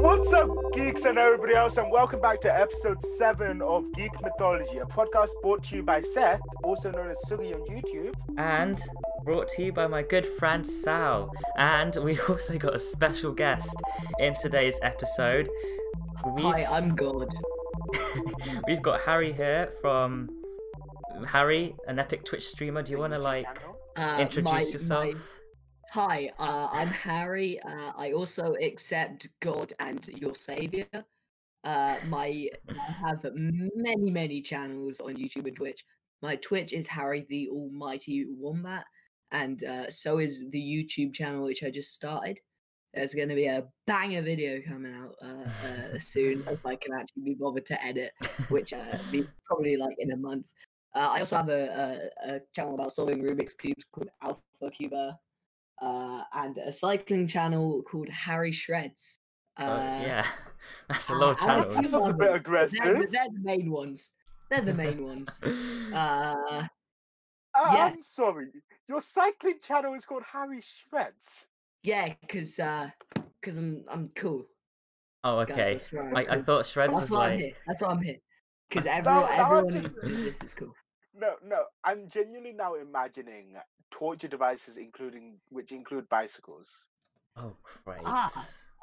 What's up, geeks and everybody else, and welcome back to episode 7 of Geek Mythology, a podcast brought to you by Seth, also known as Sugi on YouTube. and brought to you by my good friend Sal. And we also got a special guest in today's episode. Hi, We've, I'm God. we've got Harry here from Harry, an epic Twitch streamer. Do you want to like Uh, introduce my- yourself? my- hi, uh, I'm Harry. Uh, I also accept God and your savior. Uh, my I have many, many channels on YouTube and Twitch. My Twitch is Harry the Almighty Wombat, and uh, so is the YouTube channel which I just started. There's going to be a banger video coming out uh, uh, soon if I can actually be bothered to edit. which uh, be probably like in a month. Uh, I also have a, a, a channel about solving Rubik's cubes called Alpha Cuba, uh, and a cycling channel called Harry Shreds. Uh, Oh, yeah, that's a lot of and a That channels. few sounds a bit others, but They're, the- aggressive. they're the main ones. They're the main ones. Uh, I- Yeah. Ah, I'm sorry, your cycling channel is called Harry Shreds. yeah, because uh, cause I'm I'm cool. oh, Guys, okay. that's why I'm I, I cool. thought Shreds That's was why I'm like. here. That's why I'm here. Because now everyone, I'm everyone just- who does this is cool. No, no, I'm genuinely now imagining torture devices, including which include bicycles. Oh, great. Ah.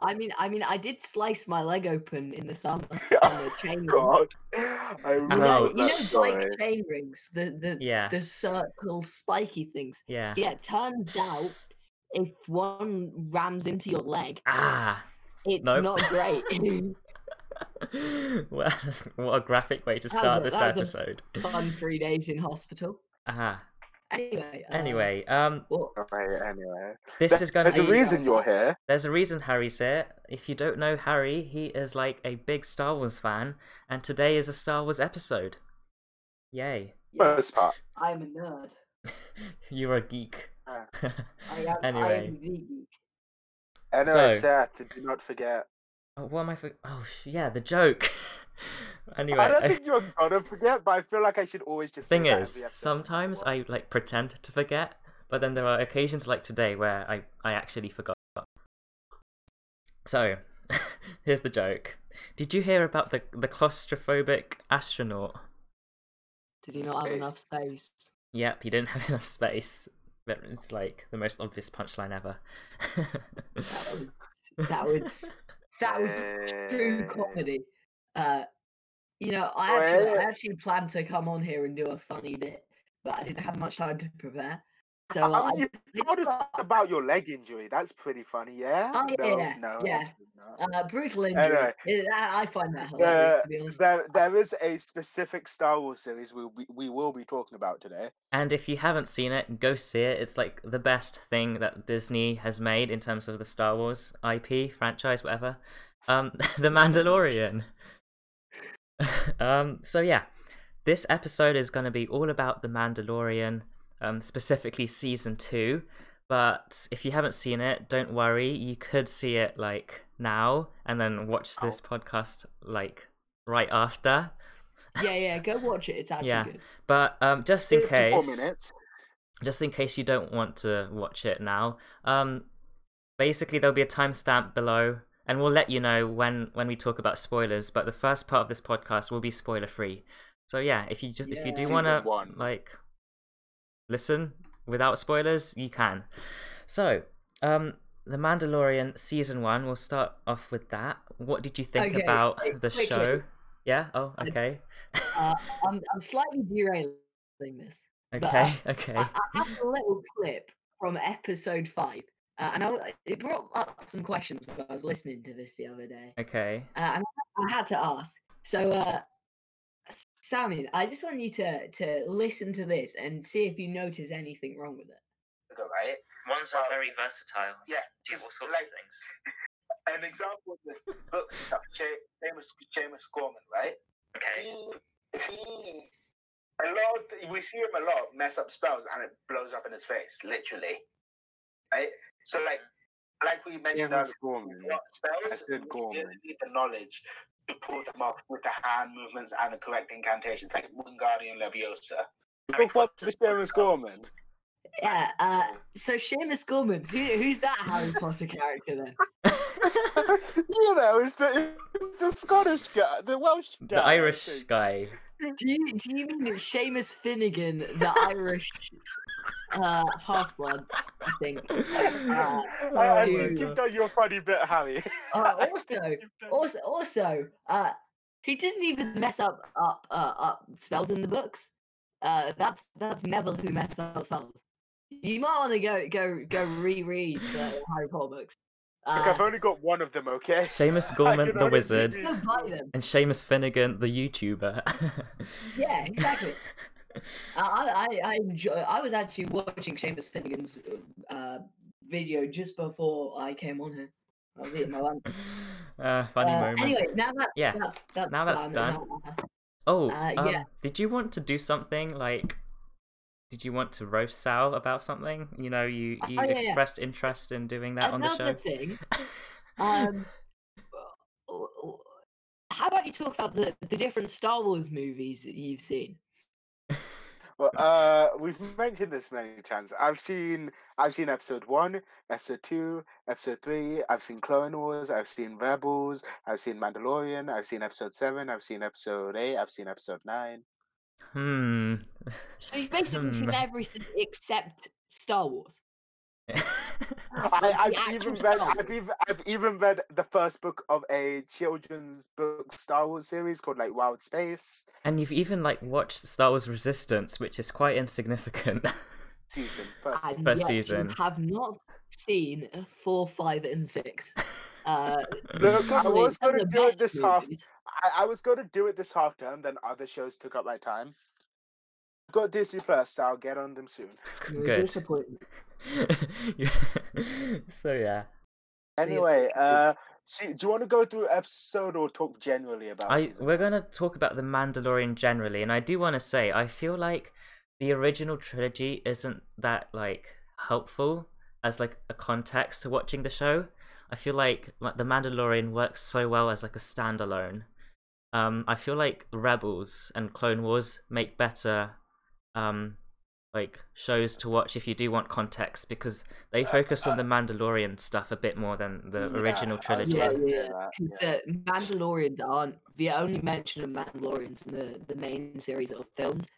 I mean, I mean, I did slice my leg open in the summer on Oh, the chain. link. God, I You remember know- Oh, know, you that know story. bike chain rings, the the Yeah, the circle spiky things. yeah. Yeah, it turns out if one rams into your leg, Ah. it's Nope. not great. well, what a graphic way to That was start a- this that was episode. Fun three days in hospital. Ah. Anyway. uh, Anyway, um, well, Right, anyway, this There- is going to there's a be. reason you're here. There's a reason Harry's here. If you don't know Harry, he is like a big Star Wars fan, and today is a Star Wars episode. Yay. yes, First part. I'm a nerd. You're a geek. Ah. I am, I anyway, am the geek. Anyway, So- Seth, do not forget. Oh, what am I for? Oh, sh- yeah, the joke. anyway, I don't uh, think you're gonna forget, but I feel like I should always just. say thing that is, every episode. sometimes I like pretend to forget, but then there are occasions like today where I, I actually forgot. So, here's the joke. Did you hear about the, the claustrophobic astronaut? Did you not have enough Space. space? Yep, he didn't have enough space. That was like the most obvious punchline ever. That was that was that was true Yeah. Oh, comedy. Uh, you know, I actually, I Well- actually planned to come on here and do a funny bit, but I didn't have much time to prepare. So I mean, I, you did told us start, about your leg injury. That's pretty funny, yeah? Oh, no, yeah, no, yeah. actually not. uh, brutal injury. Anyway. It- I, I find that hilarious, Uh, to be honest. There, there is a specific Star Wars series we, we we will be talking about today. and if you haven't seen it, go see it. It's like the best thing that Disney has made in terms of the Star Wars IP franchise, whatever. Um, The Mandalorian. um, so yeah, this episode is going to be all about The Mandalorian, um, specifically season two. But if you haven't seen it, don't worry. You could see it like now, and then watch this podcast like right after. Yeah, yeah, go watch it. It's actually Yeah. good. But um, just in Fifty-four case, minutes. just in case you don't want to watch it now, um, basically there'll be a timestamp below, and we'll let you know when when we talk about spoilers. But the first part of this podcast will be spoiler free. So yeah, if you just if you do Yeah. want Season one. to like listen without spoilers, you can. So um, the Mandalorian season one. We'll start off with that. What did you think Okay, about wait, the quickly. show? Yeah. Oh, I- okay. Uh, I'm, I'm slightly derailing this. but, uh, okay. Okay. I, I have a little clip from episode five, uh, and I, w- it brought up some questions when I was listening to this the other day. okay. uh, and I I had to ask. So, uh, S- Samuel, I just want you to to listen to this and see if you notice anything wrong with it. Right. Ones are very versatile. Yeah, Do all sorts like- of things. An example of this book stuff, James James Gorman, right? Okay. he, he a lot we see him a lot mess up spells and it blows up in his face literally right so like like we mentioned earlier, we got spells I said we Gorman. really need the knowledge to pull them off with the hand movements and the correct incantations like Wingardium Leviosa Look what's the Seamus Gorman. Yeah. Uh, so, Seamus Gorman, who, who's that Harry Potter character then? you know, it's the, it's the Scottish guy, the Welsh guy. The I Irish think. guy. Do you, do you mean it's Seamus Finnegan, the Irish uh, half blood? I think. Uh, I, I Dude. think you've done your funny bit, Harry. uh, also, You've done- also, also, uh, he doesn't even mess up up uh, up spells in the books. Uh, that's that's Neville who messed up spells. You might want to go go go reread the Harry Potter books. It's like Uh, I've only got one of them, okay? Seamus I Gorman, can the only wizard. give you- go buy them. And Seamus Finnegan, the YouTuber. Yeah, exactly. I, I, I enjoy. I was actually watching Seamus Finnegan's uh, video just before I came on here. I was eating my lunch. uh, funny Uh, moment. Anyway, now that's Yeah, that's, that's now that's Uh, oh, uh, um, yeah. did you want to do something like? Did you want to roast Sal about something? You know, you Oh, you yeah, yeah. expressed interest in doing that on the another show. thing. Um, w- w- how about you talk about the, the different Star Wars movies that you've seen? Well, uh, we've mentioned this many times. I've seen, I've seen episode one, episode two, episode three. I've seen Clone Wars. I've seen Rebels. I've seen Mandalorian. I've seen episode seven. I've seen episode eight. I've seen episode nine. Hmm. So you've basically Hmm. seen everything except Star Wars. uh, I, Oh, the I've actual even read, Star I've Wars. even, I've even read the first book of a children's book Star Wars series called like Wild Space and you've even like watched Star Wars Resistance, which is quite insignificant. season. First, And season. First yet season. You have not seen four, five, and six. Uh, Look, I probably was some of gonna the do it best this half. movies. I, I was going to do it this half term, then other shows took up my time. Got Disney Plus, so I'll get on them soon. You're a Good. disappointment. You- so yeah, So yeah, Anyway, okay. uh, see, do you want to go through episode or talk generally about I season? we're gonna talk about the Mandalorian generally, and I do want to say I feel like the original trilogy isn't that like helpful as like a context to watching the show. I feel like ma- the Mandalorian works so well as like a standalone. Um, I feel like Rebels and Clone Wars make better um like shows to watch if you do want context because they focus on the Mandalorian stuff a bit more than the Uh, Yeah, I original was trilogy. about to say Yeah, yeah. that, 'Cause The Mandalorians aren't the only mention of Mandalorians in the, the main series of films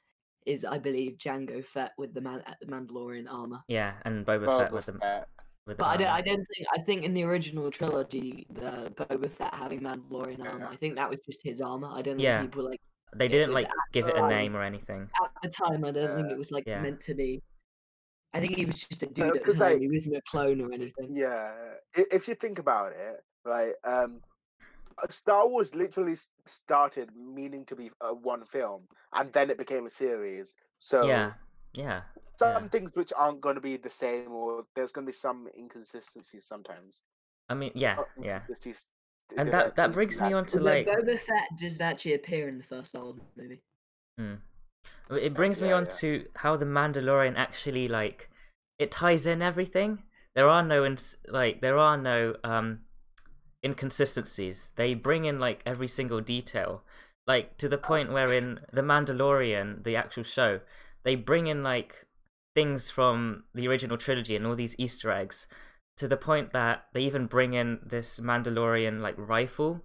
is, I believe, Django Fett with the man the Mandalorian armor. Yeah, and Boba, Boba Fett with the Fett. with the But I don't, armor. I don't think I think in the original trilogy, uh, Boba Fett having Mandalorian armor. Yeah. I think that was just his armor. I don't Yeah. think people like they It didn't was like give it a um, name or anything. at the time. I don't think Yeah. it was like Yeah. meant to be. I think he was just a dude. No, at 'cause, home, like- he wasn't a clone or anything. Yeah, i- if you think about it, right? Um, uh, Star Wars literally s- started meaning to be uh, one film, and then it became a series. So yeah, yeah, some things which aren't going to be the same, or there's going to be some inconsistencies sometimes. I mean, yeah, Uh, yeah. inconsistencies d- And that directly that to brings me that. on to Although like Boba Fett does actually appear in the first Star Wars movie. it brings me yeah, on yeah. to how the Mandalorian actually like it ties in everything. There are no ins- like there are no um inconsistencies. They bring in like every single detail, like to the point where in the Mandalorian, the actual show, they bring in like things from the original trilogy and all these Easter eggs, to the point that they even bring in this Mandalorian like rifle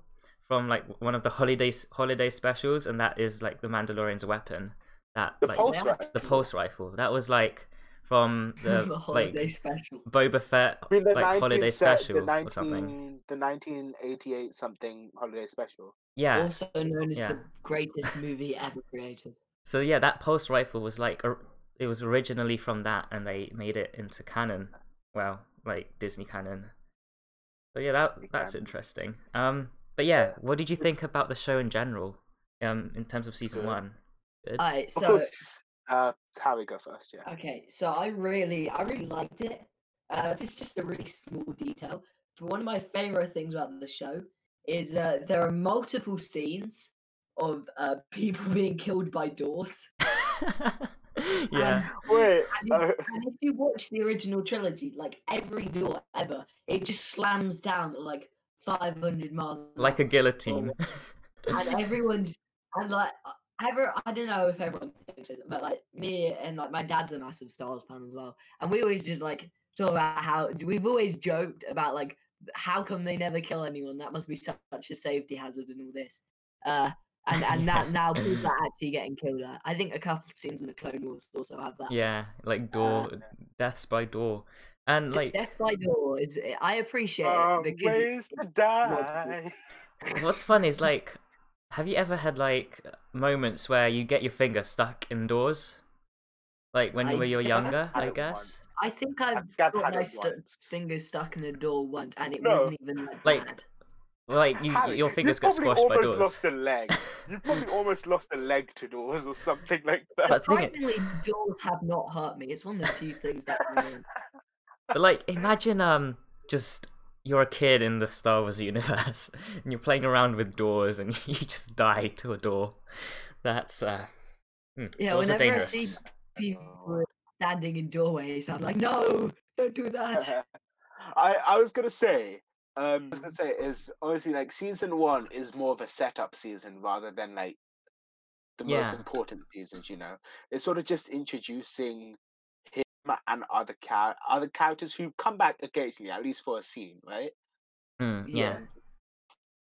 from like one of the holiday s- holiday specials, and that is like the Mandalorian's weapon. That the like pulse yeah. the rifle. pulse rifle. That was like from the, the holiday like special. Boba Fett I mean, the like 19, holiday se- special the 19, or something. The 1988 something holiday special. Yeah. also known as yeah. the greatest movie ever created. So yeah, that pulse rifle was like or- it was originally from that, and they made it into canon. Well, like Disney canon. So yeah, that Big that's canon. interesting. Um, but yeah, what did you think about the show in general? Um, in terms of season Good. one. Good. All right, of so course, uh, Harry go first. Yeah. okay, so I really, I really liked it. Uh, this is just a really small detail, but one of my favorite things about the show is uh, there are multiple scenes of uh, people being killed by doors. yeah. Wait. And if, Uh, and if you watch the original trilogy, like every door ever, it just slams down at like 500 miles. an Like a hour. guillotine. and everyone's and like uh, ever I don't know if everyone thinks this, but like me and like my dad's a massive Star Wars fan as well, and we always just like talk about how we've always joked about like how come they never kill anyone? That must be such a safety hazard and all this. Uh, and and now now people are actually getting killed. At. I think a couple of scenes in the Clone Wars also have that. Yeah, like door deaths by door, and like Death by Door is eh, I appreciate Oh, it because it- ways to die. what's fun is like, have you ever had like moments where you get your finger stuck indoors, like when I you were you're guess- younger? Had I it guess. once. I think I've, I've got had my it stu- once. finger stuck in a door once, and it No. wasn't even like, Like, bad. Like you, Harry, your fingers you get probably squashed by almost doors. lost a leg. You probably almost lost a leg to doors or something like that. But thing is- Surprisingly, doors have not hurt me. It's one of the few things that. haven't. But like, imagine um, just you're a kid in the Star Wars universe, and you're playing around with doors, and you just die to a door. That's uh, hmm, Yeah, doors are whenever I see- dangerous. people standing in doorways. I'm like, no, don't do that. I, I was gonna say, um, I was gonna say Mm-hmm. is obviously like season one is more of a setup season rather than like the Yeah. most important seasons. You know, it's sort of just introducing him and other char- other characters who come back occasionally, at least for a scene, right? Mm, yeah. Yeah.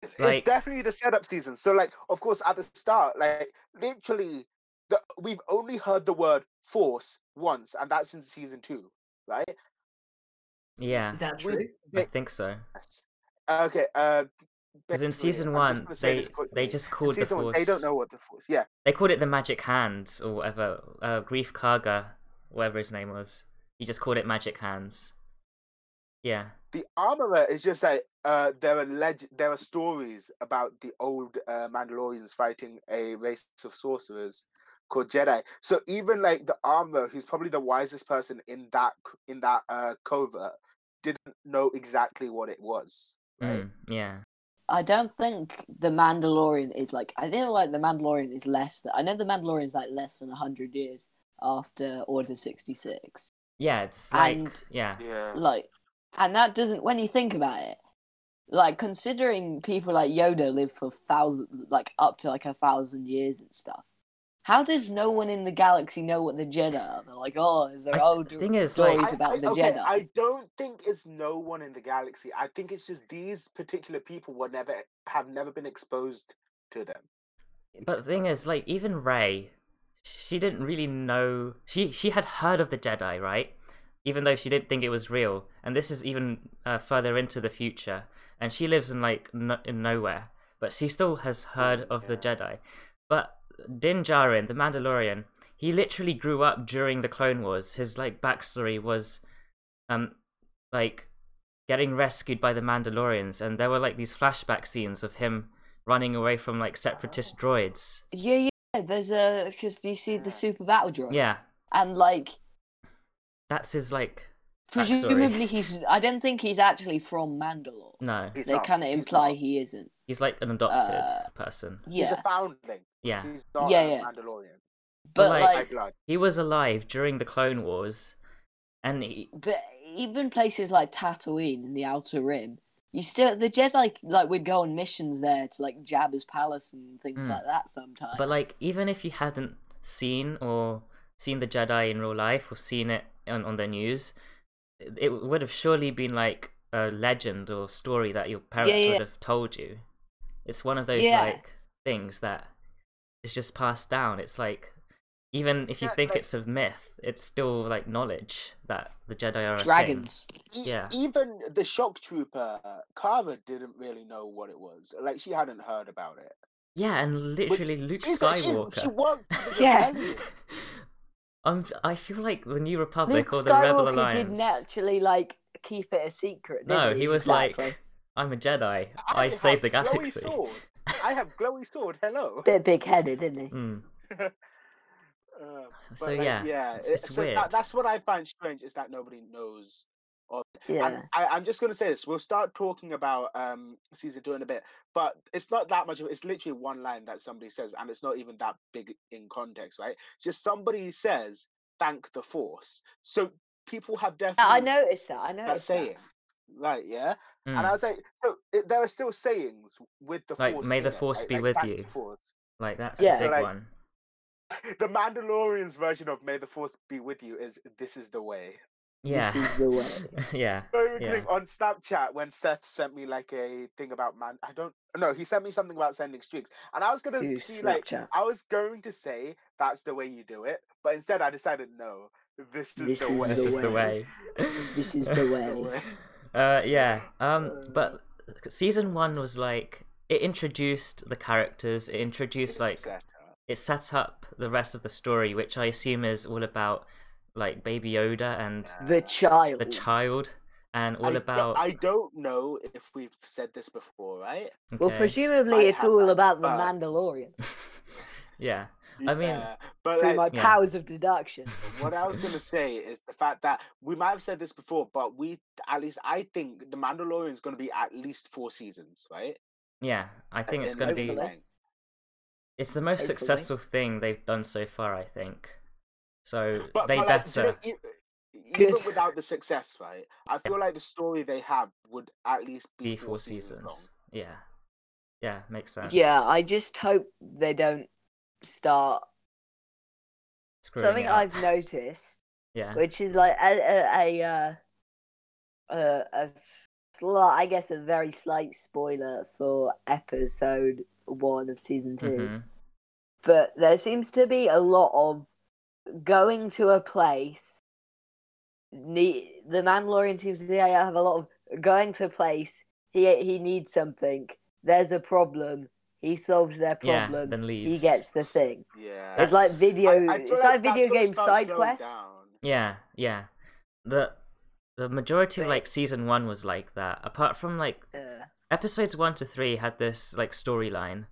It's, Like- it's definitely the setup season. So, like, of course, at the start, like, literally, the, we've only heard the word force once, and that's in season two, right? yeah, Is that We- true? I Like, think so. okay, uh, Because in basically, season I'm just one, gonna say they this quickly. they just In called the season force. one, they don't know what the force. Yeah, They called it the magic hands or whatever. Uh, Grief Karga, whatever his name was, he just called it magic hands. Yeah, the armorer is just like uh, there are leg- there are stories about the old uh, Mandalorians fighting a race of sorcerers called Jedi. So even like the armorer, who's probably the wisest person in that c- in that uh, covert, didn't know exactly what it was. Right? mm, yeah. I don't think the Mandalorian is like. I think like the Mandalorian is less than. I know the Mandalorian is like less than hundred years after Order sixty six. Yeah, it's like And- yeah, Yeah. Like, and that doesn't. When you think about it, like considering people like Yoda live for thousand, like up to like a thousand years and stuff. How does no one in the galaxy know what the Jedi are? They're like, oh, is there I- old the thing is, like- stories I- about I- the okay, Jedi? I don't think it's no one in the galaxy. I think it's just these particular people were never have never been exposed to them. But the thing is, like, even Ray, she didn't really know. She she had heard of the Jedi, right? Even though she didn't think it was real. And this is even uh, further into the future. And she lives in like no- in nowhere, but she still has heard of the yeah. Jedi. But Din Djarin, the Mandalorian, he literally grew up during the Clone Wars. His like backstory was, um, like getting rescued by the Mandalorians, and there were like these flashback scenes of him running away from like separatist droids. yeah, yeah. There's a because you see Yeah. the super battle droid, Yeah, and like that's his like. backstory. Presumably, he's. I don't think he's actually from Mandalore. No, He's they not- kind of he's imply not. he isn't. he's like an adopted Uh, person. He's Yeah, a foundling. Yeah, He's not Yeah, a yeah. Mandalorian. but like- like, By blood. he was alive during the Clone Wars, and he, but even places like Tatooine in the Outer Rim, you still the Jedi like would go on missions there to like Jabba's palace and things Hmm. like that sometimes. but like even if you hadn't seen or seen the Jedi in real life or seen it on on the news, it- it would have surely been like a legend or story that your parents yeah. would have told you. It's one of those Yeah. like things that is just passed down. It's like even if you Yeah, think like- it's a myth, it's still like knowledge that the Jedi are a thing. dragons. E- Yeah. Even the shock trooper, Kara didn't really know what it was. Like she hadn't heard about it. Yeah, and literally Luke She's like- she's- Skywalker. she worked. for the Yeah. rebellion. I'm, I feel like the New Republic Luke or the Rebel Skywalker Alliance. didn't actually like keep it a secret. no, did he was Exactly. like, "I'm a Jedi. I, saved the have glowy galaxy." Sword. I have glowy sword. Hello. bit big headed, didn't he? Mm. Uh, but, So like, yeah, yeah. it's, it- it's so weird. That, that's what I find strange is that nobody knows. Yeah. And I, I'm just gonna say this. We'll start talking about um season two in a bit, but it's not that much. Of, it's literally one line that somebody says, and it's not even that big in context, right? Just somebody says, "Thank the Force." So people have definitely I noticed that. I that noticed saying, right? Yeah, Mm. and I was like, so it, there are still sayings with the Like, Force. "May the in it, Force right? be Like, with "Thank you." The, force. Like that's Yeah. a So, big like- one. the Mandalorian's version of "May the Force be with you" is "This is the way." Yeah. This is the way. yeah. Very Yeah. quick, on Snapchat when Seth sent me like a thing about man. I don't no, he sent me something about sending streaks, and I was gonna Dude, be like, Snapchat. I was going to say that's the way you do it, but instead I decided no, this is This the is way. This is the way. This is the way. Uh, yeah. Um, but season one was like it introduced the characters. It introduced like Seth. it set up the rest of the story, which I assume is all about like Baby Yoda and The child. the child, and all I, about. do, I don't know if we've said this before, right? Well, Okay. presumably I it's have all that, about the but- Mandalorian yeah. I mean- Yeah, but through like, my Yeah. powers of deduction. what I was gonna say is the fact that we might have said this before, but we at least I think the Mandalorian is gonna be at least four seasons, right? Yeah, I think it's going to be. hopefully. It's the most Hopefully. successful thing they've done so far, I think. So But, they but like, do better. you know, e- even Good. without the success, right? I feel like the story they have would at least be, be four seasons. long. seasons. Yeah, yeah, makes sense. Yeah, I just hope they don't start. Screwing Something it up. I've noticed, Yeah, which is like a a, a, uh, a, a slight, I guess, a very slight spoiler for episode one of season 2 mhm, but there seems to be a lot of going to a place. Ne- the Mandalorian seems to have a lot of going to a place. He he needs something. There's a problem. He solves their yeah. problem. Then leaves. he gets the thing. Yeah. It's like That's- video. I- I feel it's like, that's video gonna game start side slowing quest. down. Yeah, yeah. The the majority of But- like season one was like that. Apart from like Uh, episodes one to three had this like storyline,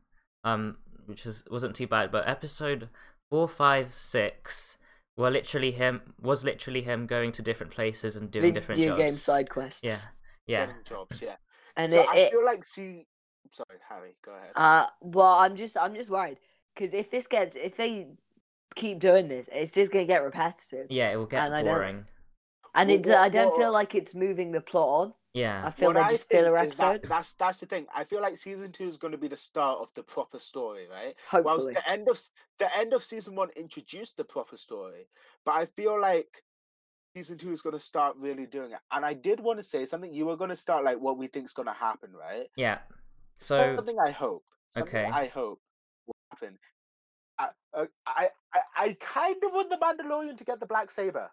um, which was wasn't too bad. But episode four, five, six were literally him was literally him going to different places and doing video different jobs. game side quests. Yeah, yeah. Getting jobs, yeah. and so it, I it feel like see. Sorry, Harry, go ahead. Uh, well, I'm just I'm just worried because if this gets if they keep doing this, it's just gonna get repetitive, Yeah, it will get And I don't- boring. and Well, it what- I don't what- feel like it's moving the plot on. I Yeah, feel What they're I just think filler is that- episodes. that's that's the thing. I feel like season two is going to be the start of the proper story, right? Whilst hopefully, the end of s- the end of season one introduced the proper story, but I feel like season two is going to start really doing it. And I did want to say something. You were going to start like what we think's going to happen, right? yeah. So something I hope. Something Okay. I hope will happen. I, uh, I, I, I kind of want the Mandalorian to get the black saber.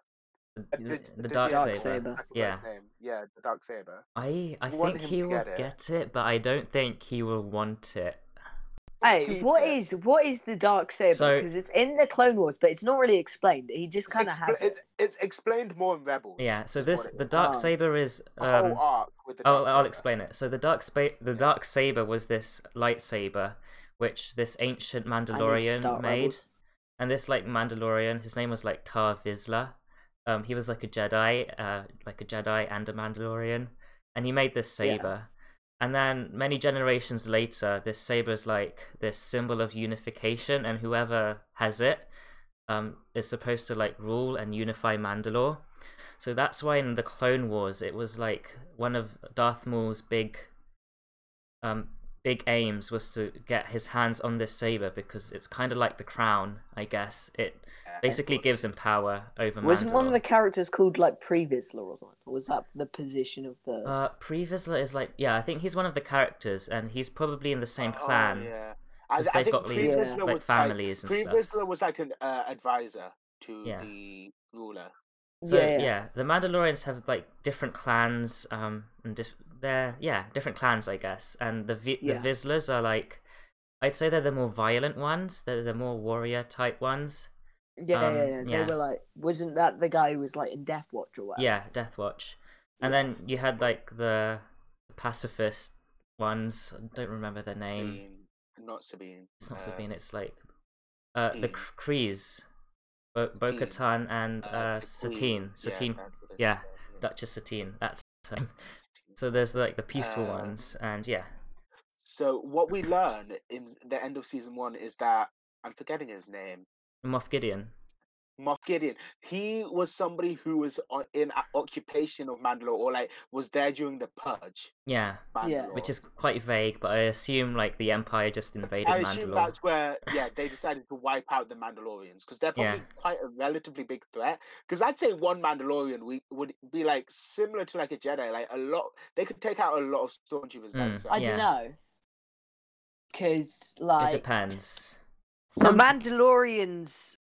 Uh, the, did- the did dark you- saber. Dark Saber. I forgot his Yeah, name. Yeah, the dark saber. I I You want think him he to will get it. get it, but I don't think he will want it. hey, Keep what it. is what is the dark saber? So- Because it's in the Clone Wars, but it's not really explained. He just It's kind of expla- has it. It's, it's explained more in Rebels. Yeah. So is what this it the is. dark Oh. saber is. The whole Um, arc with the. I'll, Darksaber. I'll explain it. So the dark spa- the dark saber was this lightsaber, which this ancient I need to Mandalorian start made, Rebels. and this like Mandalorian, his name was like Tar Vizsla. Um, he was like a Jedi, uh, like a Jedi and a Mandalorian, and he made this Yeah. saber. And then many generations later, this saber is like this symbol of unification, and whoever has it um, is supposed to like rule and unify Mandalore. So that's why in the Clone Wars, it was like one of Darth Maul's big, um, big aims was to get his hands on this saber because it's kind of like the crown, I guess. It Yeah, I basically thought- gives him power over Wasn't one of the Mandalore. characters called like Previsla or something? Or was that the position of the? Uh, Pre Vizsla is like, yeah, I think he's one of the characters, and he's probably in the same Oh, clan. yeah. I, 'cause th- I they've think got these, Pre-Vizsla like, was families and Pre stuff. Vizsla was like an uh, advisor to Yeah. the ruler. So yeah. the Mandalorians have like different clans, um, and dif- they're yeah different clans, I guess. And the v- Yeah. the Vizslas are like, I'd say they're the more violent ones. They're the more warrior type ones. Yeah, Um, yeah, yeah. They yeah. were like, wasn't that the guy who was like in Death Watch or whatever? Yeah, Death Watch. And then you had like the pacifist ones. I don't remember their name. Being, not Sabine. It's not uh, Sabine. It's like uh, the Dean. K- Krees, Bo- Dean. Bo-Katan and uh, uh, the queen. Satine. Satine, that's what it is, yeah, yeah. Duchess Satine. That's her name. Satine. so. There's like the peaceful Uh, ones, and yeah. So what we learn in the end of season one is that I'm forgetting his name. Moff Gideon. Moff Gideon. He was somebody who was o- in a- occupation of Mandalore, or like was there during the Purge. Yeah, Yeah. Mandalore. which is quite vague, but I assume like the Empire just invaded I assume Mandalore. that's where yeah they decided to wipe out the Mandalorians because they're Yeah. probably quite a relatively big threat. Because I'd say one Mandalorian we, would be like similar to like a Jedi, like a lot they could take out a lot of stormtroopers. by Mm. themselves. I Yeah. don't know. Because, It like, depends. the Mandalorians,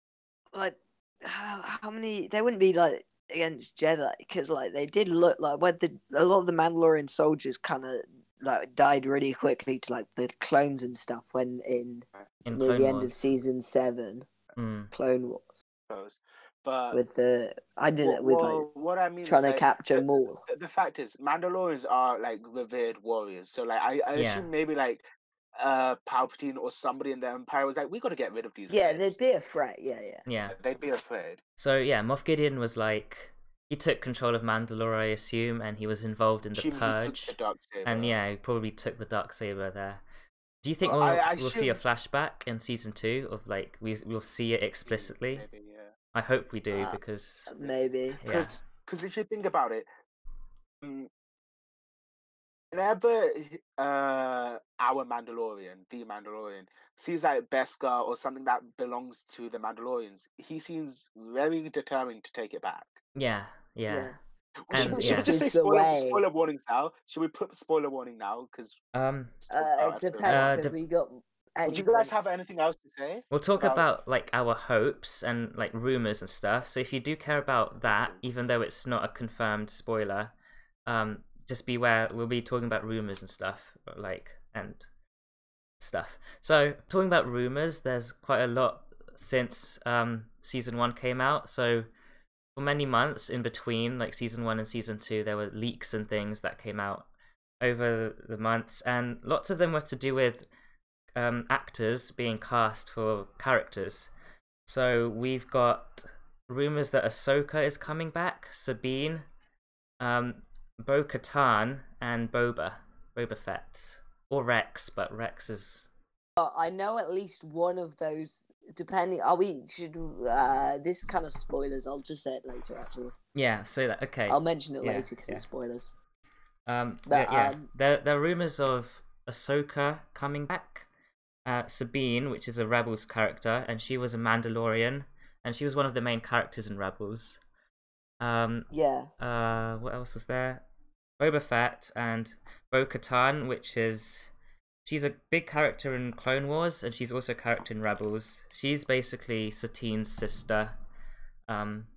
like, how, how many? They wouldn't be, like, against Jedi, because, like, they did look like when the, a lot of the Mandalorian soldiers kind of, like, died really quickly to, like, the clones and stuff when in In near Clone the end of Wars. season seven, Mm. Clone Wars, suppose. But with the, I wha- didn't, know, with, like, wha- what I mean trying is, to like, capture the- more. the- The fact is, Mandalorians are like revered warriors. So like I, I Yeah. assume maybe like uh Palpatine or somebody in the Empire was like, we got to get rid of these. Yeah, guys." there'd be a threat. Yeah, yeah. Yeah. they'd be afraid. So yeah, Moff Gideon was like he took control of Mandalore, I assume, and he was involved in the Assume he took purge. the dark saber. and yeah, he probably took the dark saber there. Do you think Well, we'll, I- I we'll see a assume- flashback in season two of like we we'll see it explicitly? Maybe, yeah. I hope we do Ah. because Maybe. yeah, Because if you think about it, mm, whenever h- uh, our Mandalorian, the Mandalorian, sees like Beskar or something that belongs to the Mandalorians, he seems very determined to take it back. yeah, yeah. Yeah. Should, And- we- should yeah. we just say Is the spoiler, way. spoiler warnings now? Should we put spoiler warning now? Because Um, Uh, it Uh, depends dep- if we got. Do you guys anything. have anything else to say? we'll talk About- about, like our hopes and like rumors and stuff. So if you do care about that, even Hopes. though it's not a confirmed spoiler, um, just beware. We'll be talking about rumors and stuff, like and stuff. So talking about rumors, there's quite a lot since um season one came out. So for many months in between, like season one and season two, there were leaks and things that came out over the months, and lots of them were to do with um, actors being cast for characters. So we've got rumors that Ahsoka is coming back, Sabine, um, Bo Katan, and Boba, Boba Fett, or Rex, but Rex is Well, I know at least one of those. Depending, are we should uh, this kind of spoilers? I'll just say it later. Actually, yeah. So that okay. I'll mention it yeah, later because yeah. it's spoilers. Um, yeah, But, yeah. um, There, there are rumors of Ahsoka coming back. Uh, Sabine, which is a Rebels character, and she was a Mandalorian, and she was one of the main characters in Rebels. Um, Yeah, uh, what else was there? Boba Fett and Bo Katan, which is she's a big character in Clone Wars, and she's also a character in Rebels. She's basically Satine's sister. Um,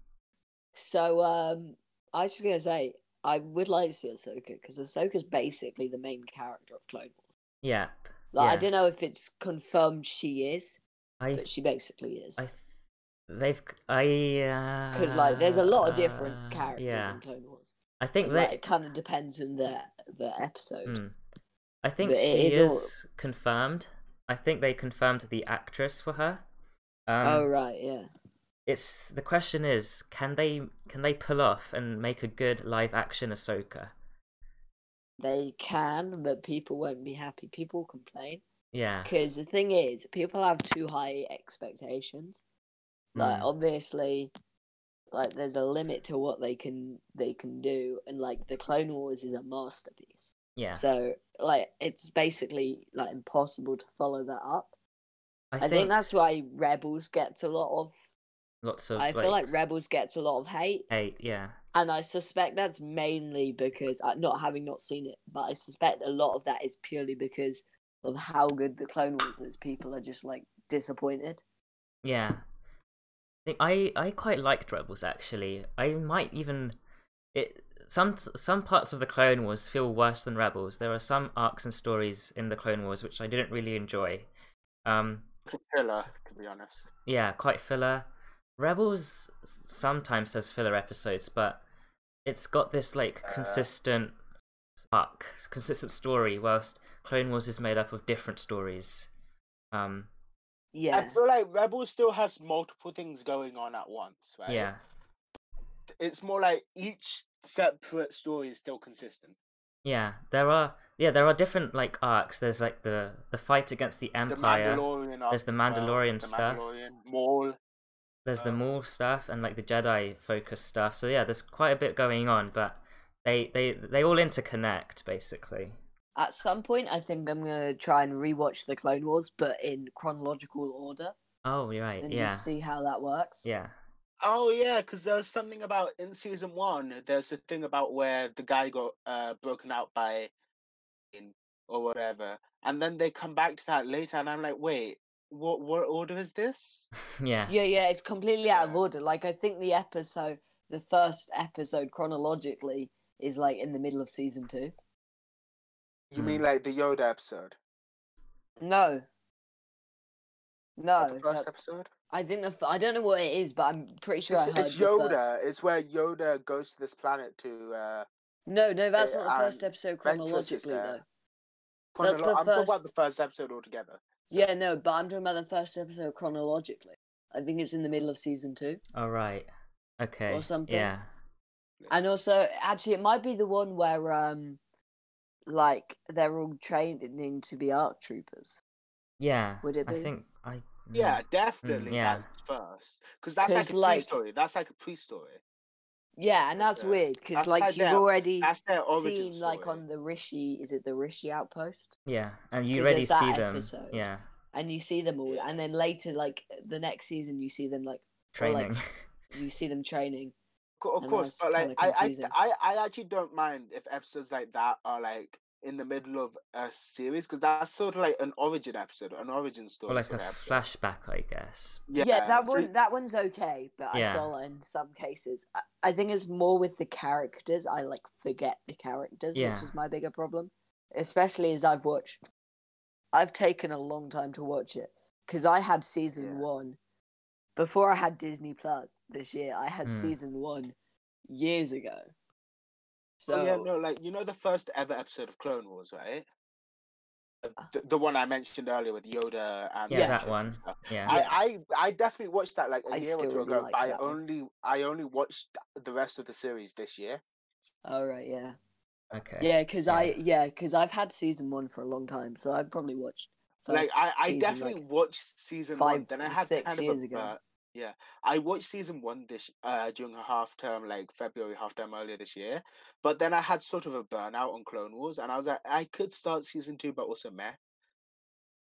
so um, I was just gonna say I would like to see Ahsoka because Ahsoka's basically the main character of Clone Wars. yeah. Like, I Yeah. don't know if it's confirmed she is, I but she basically is. I th- they've I Because like, there's a lot of different uh, characters Yeah, in Clone Wars. I think Like, they. it kind of depends on the the episode. Hmm. I think But it she is is all- confirmed. I think they confirmed the actress for her. Um, oh right, yeah. It's the question is, can they can they pull off and make a good live action Ahsoka? They can, but people won't be happy. People complain Yeah, because the thing is, people have too high expectations. Like Mm. obviously, like there's a limit to what they can they can do, and like the Clone Wars is a masterpiece. yeah. So like it's basically like impossible to follow that up. I, I think, that's why Rebels gets a lot of. lots of. I feel like Rebels gets a lot of hate, eight. Yeah, and I suspect that's mainly because uh, not having not seen it, but I suspect a lot of that is purely because of how good the Clone Wars is. People are just like disappointed. yeah. I think I I quite liked Rebels actually. I might even it some some parts of the Clone Wars feel worse than Rebels. There are some arcs and stories in the Clone Wars which I didn't really enjoy. Um, It's a filler, to be honest. yeah, quite filler. Rebels s- sometimes has filler episodes, but it's got this like Uh. consistent arc, consistent story, whilst Clone Wars is made up of different stories. Um, Yeah, I feel like Rebels still has multiple things going on at once, right? yeah, It's more like each separate story is still consistent. yeah. There are yeah, there are different like arcs. There's like the the fight against the The Mm-hmm, Empire. Mandalorian. arc There's the as well, Mandalorian the stuff. Mandalorian, Maul. there's the Maul stuff and like the Jedi focused stuff. So yeah, there's quite a bit going on, but they they they all interconnect basically. At some point, I think I'm gonna try and rewatch the Clone Wars, but in chronological order, Oh, you're right. and yeah. just see how that works. Yeah. Oh yeah, because there was something about in season one. There's a thing about where the guy got uh, broken out by, in- or whatever, and then they come back to that later, and I'm like, wait, what what order is this? Yeah. yeah, yeah. It's completely out of Yeah. order. Like I think the episode, the first episode chronologically is like in the middle of season two. Mm. You mean like the Yoda episode? No. No, Not the first Oh, that's- episode. I think the f- I don't know what it is, but I'm pretty sure I It's, heard it's the first- Yoda. It's where Yoda goes to this planet to. Uh, No, no, that's Uh, not the first um, episode Ventress is chronologically there. though. chronolo- the I'm talking first- about the first episode altogether. Yeah, no, but I'm talking about the first episode chronologically. I think it's in the middle of season two. All right. Okay. something. Yeah. And also, actually, it might be the one where, um, like, they're all training to be ARC troopers. Yeah. Would it I be? think I. mm, Yeah, definitely. yeah. That's first because that's 'Cause, like a like- pre-story. That's like a pre-story. Yeah, and that's Okay. weird because, That's like, like you've their- already That's their origin seen, like, story. on the Rishi, is it the Rishi outpost? Yeah. And you 'Cause already there's that see them. episode. Yeah. And you see them all, Yeah. and then later, like, the next season, you see them, like, Or, like, Training. you see them training. Co- of and course, that's but like kinda I, I, confusing. I, I actually don't mind if episodes like that are like in the middle of a series because that's sort of like an origin episode, an origin story. or like a sort of episode. flashback, I guess. Yeah, that so- one, that one's okay, but I Yeah. feel in some cases, I, I think it's more with the characters. I like forget the characters, Yeah. which is my bigger problem. Especially as I've watched, I've taken a long time to watch it because I had season Yeah. one before I had Disney Plus this year. I had Mm. season one years ago. So Oh, yeah, no, like you know the first ever episode of Clone Wars, right? Uh, The, the one I mentioned earlier with Yoda and Yeah, the that Empress and one. stuff. Yeah. I, I I definitely watched that like a I year or still two really ago, like but I that one. only I only watched the rest of the series this year. all right, yeah, okay. yeah, because Yeah. I yeah, because I've had season one for a long time, so I've probably watched. like first I, I season, definitely like- watched season one. five Then I or had six kind years of a ago. blur. yeah. I watched season one this uh during a half term, like February half term earlier this year. But then I had sort of a burnout on Clone Wars, and I was like, I could start season two, but also meh.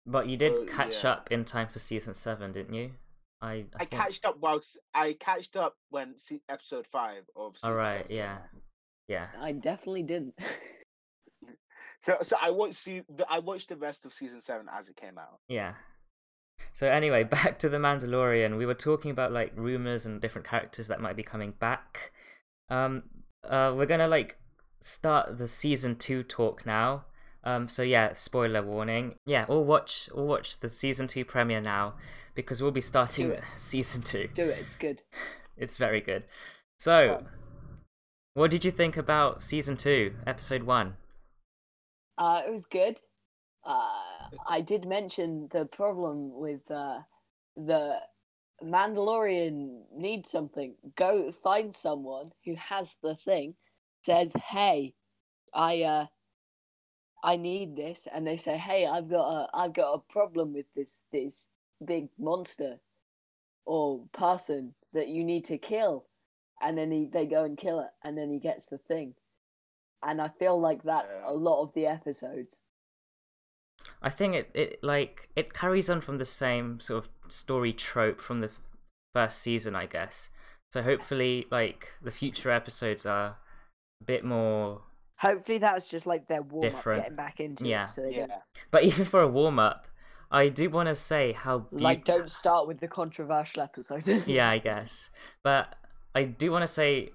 But you did Oh, catch yeah. up in time for season seven, didn't you? I. I, I think- catched up whilst I catched up when se- episode five of season All right. seven came Yeah. out. Yeah. I definitely didn't. So so I watched see the, I watched the rest of season seven as it came out. Yeah. So anyway, back to the Mandalorian. We were talking about like rumors and different characters that might be coming back. Um, uh, we're gonna like start the season two talk now. Um, so yeah, spoiler warning. Yeah, or watch or watch the season two premiere now because we'll be starting it. season two. Do it. It's good. It's very good. So, Oh. what did you think about season two, episode one? Uh, it was good. Uh, I did mention the problem with uh, the Mandalorian needs something. Go find someone who has the thing. Says, "Hey, I uh, I need this," and they say, "Hey, I've got a I've got a problem with this this big monster or person that you need to kill," and then he, they go and kill it, and then he gets the thing. And I feel like that's Yeah. a lot of the episodes. I think it, it like it carries on from the same sort of story trope from the f- first season, I guess. So hopefully, like the future episodes are a bit more. Hopefully, that's just like their warm Different. up, getting back into Yeah. it. So they Yeah. don't, But even for a warm up, I do want to say how beau- like don't start with the controversial episode. yeah, I guess. But I do want to say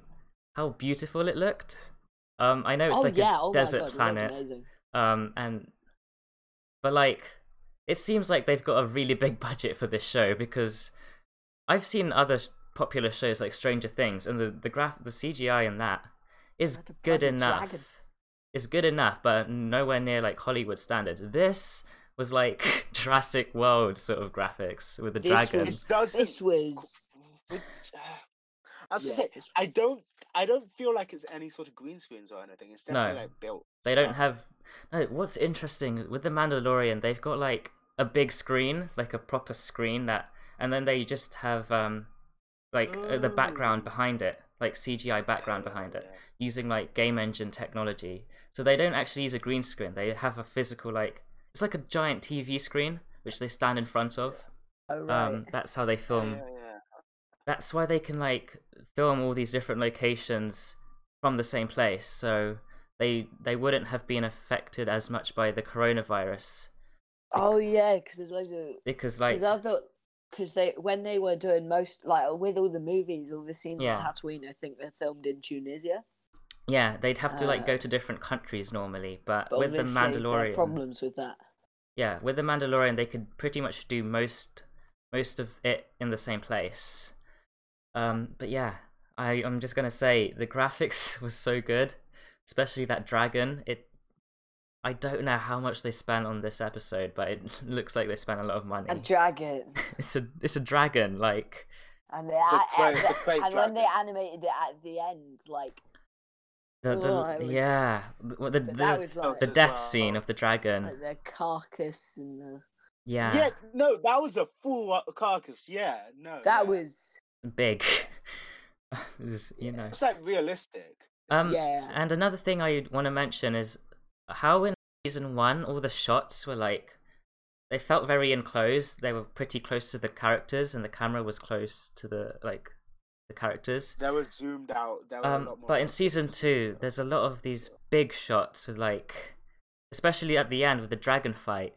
how beautiful it looked. Um, I know it's oh like yeah. a oh desert my God, it looked planet. Amazing. um and but like it seems like they've got a really big budget for this show because i've seen other sh- popular shows like stranger things and the the graph the cgi in that is Like a good bloody enough dragon. It's good enough but nowhere near like hollywood standard this was like jurassic world sort of graphics with the This dragon was- It doesn't. This was. Which, uh, I was Yeah, gonna say it's- I don't I don't feel like it's any sort of green screens or anything. It's definitely No. like built. they don't stuff. have no what's interesting with the mandalorian they've got like a big screen like a proper screen that and then they just have um like uh, the background behind it, like CGI background behind it, using like game engine technology. So they don't actually use a green screen. They have a physical like it's like a giant TV screen which they stand in front of. Oh right. Um, that's how they film. yeah, yeah. That's why they can like film all these different locations from the same place. So they they wouldn't have been affected as much by the coronavirus oh yeah, because there's loads of because like because I thought because they when they were doing most like with all the movies, all the scenes Yeah. on Tatooine, I think they're filmed in Tunisia. yeah they'd have to like Uh, go to different countries normally, but, But with the obviously there are Mandalorian, problems with that. yeah, with the Mandalorian they could pretty much do most most of it in the same place. Um, but yeah, I I'm just gonna say the graphics was so good, especially that dragon. It I don't know how much they spent on this episode, but it looks like they spent a lot of money. A dragon. it's a it's a dragon like. And, they, a- clay- and, the clay and when they dragon. animated it at the end, like The, the, Oh, it was- Yeah, th- well, the, but the, that was like, the as death well. scene of the dragon. like the carcass and the yeah, Yeah, no, that was a full uh, carcass. Yeah, no. that yeah. was big. It was, you know. It's like realistic. Um, yeah. And another thing I want to mention is how in season one all the shots were like they felt very enclosed. They were pretty close to the characters, and the camera was close to the like the characters. They were zoomed out. There were a Um, lot more. but in season two, there's a lot of these big shots with like, especially at the end with the dragon fight.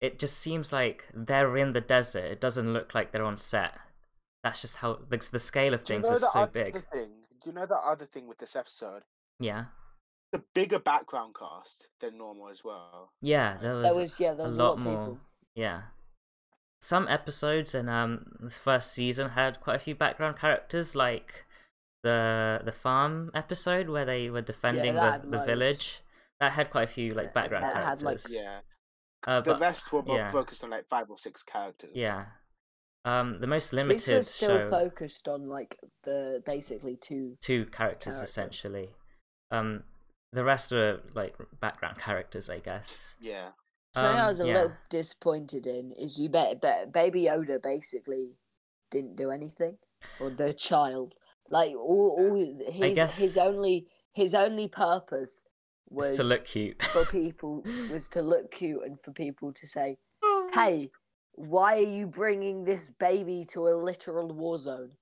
It just seems like they're in the desert. It doesn't look like they're on set. That's just how the, the scale of Do you things know was the so other big. Thing, do you know the other thing with this episode? Yeah, The bigger background cast than normal as well. yeah. There was, there was yeah there a was lot of more. people. Yeah. Some episodes in um this first season had quite a few background characters, like the the farm episode where they were defending that had the, the loads. village. That had quite a few like Yeah, background that had, characters. like, Yeah. Uh, the but- rest were more yeah. focused on like five or six characters. Yeah. Um, the most This limited was still show focused on like the basically two. two characters character. essentially. Um, the rest were like background characters, I guess. Yeah. Something I Um, was a yeah. little disappointed in is you bet, bet Baby Yoda basically didn't do anything, or the child. Like all, all his guess- his only his only purpose was Just to look cute. for people was to look cute and for people to say, "Hey, why are you bringing this baby to a literal war zone?"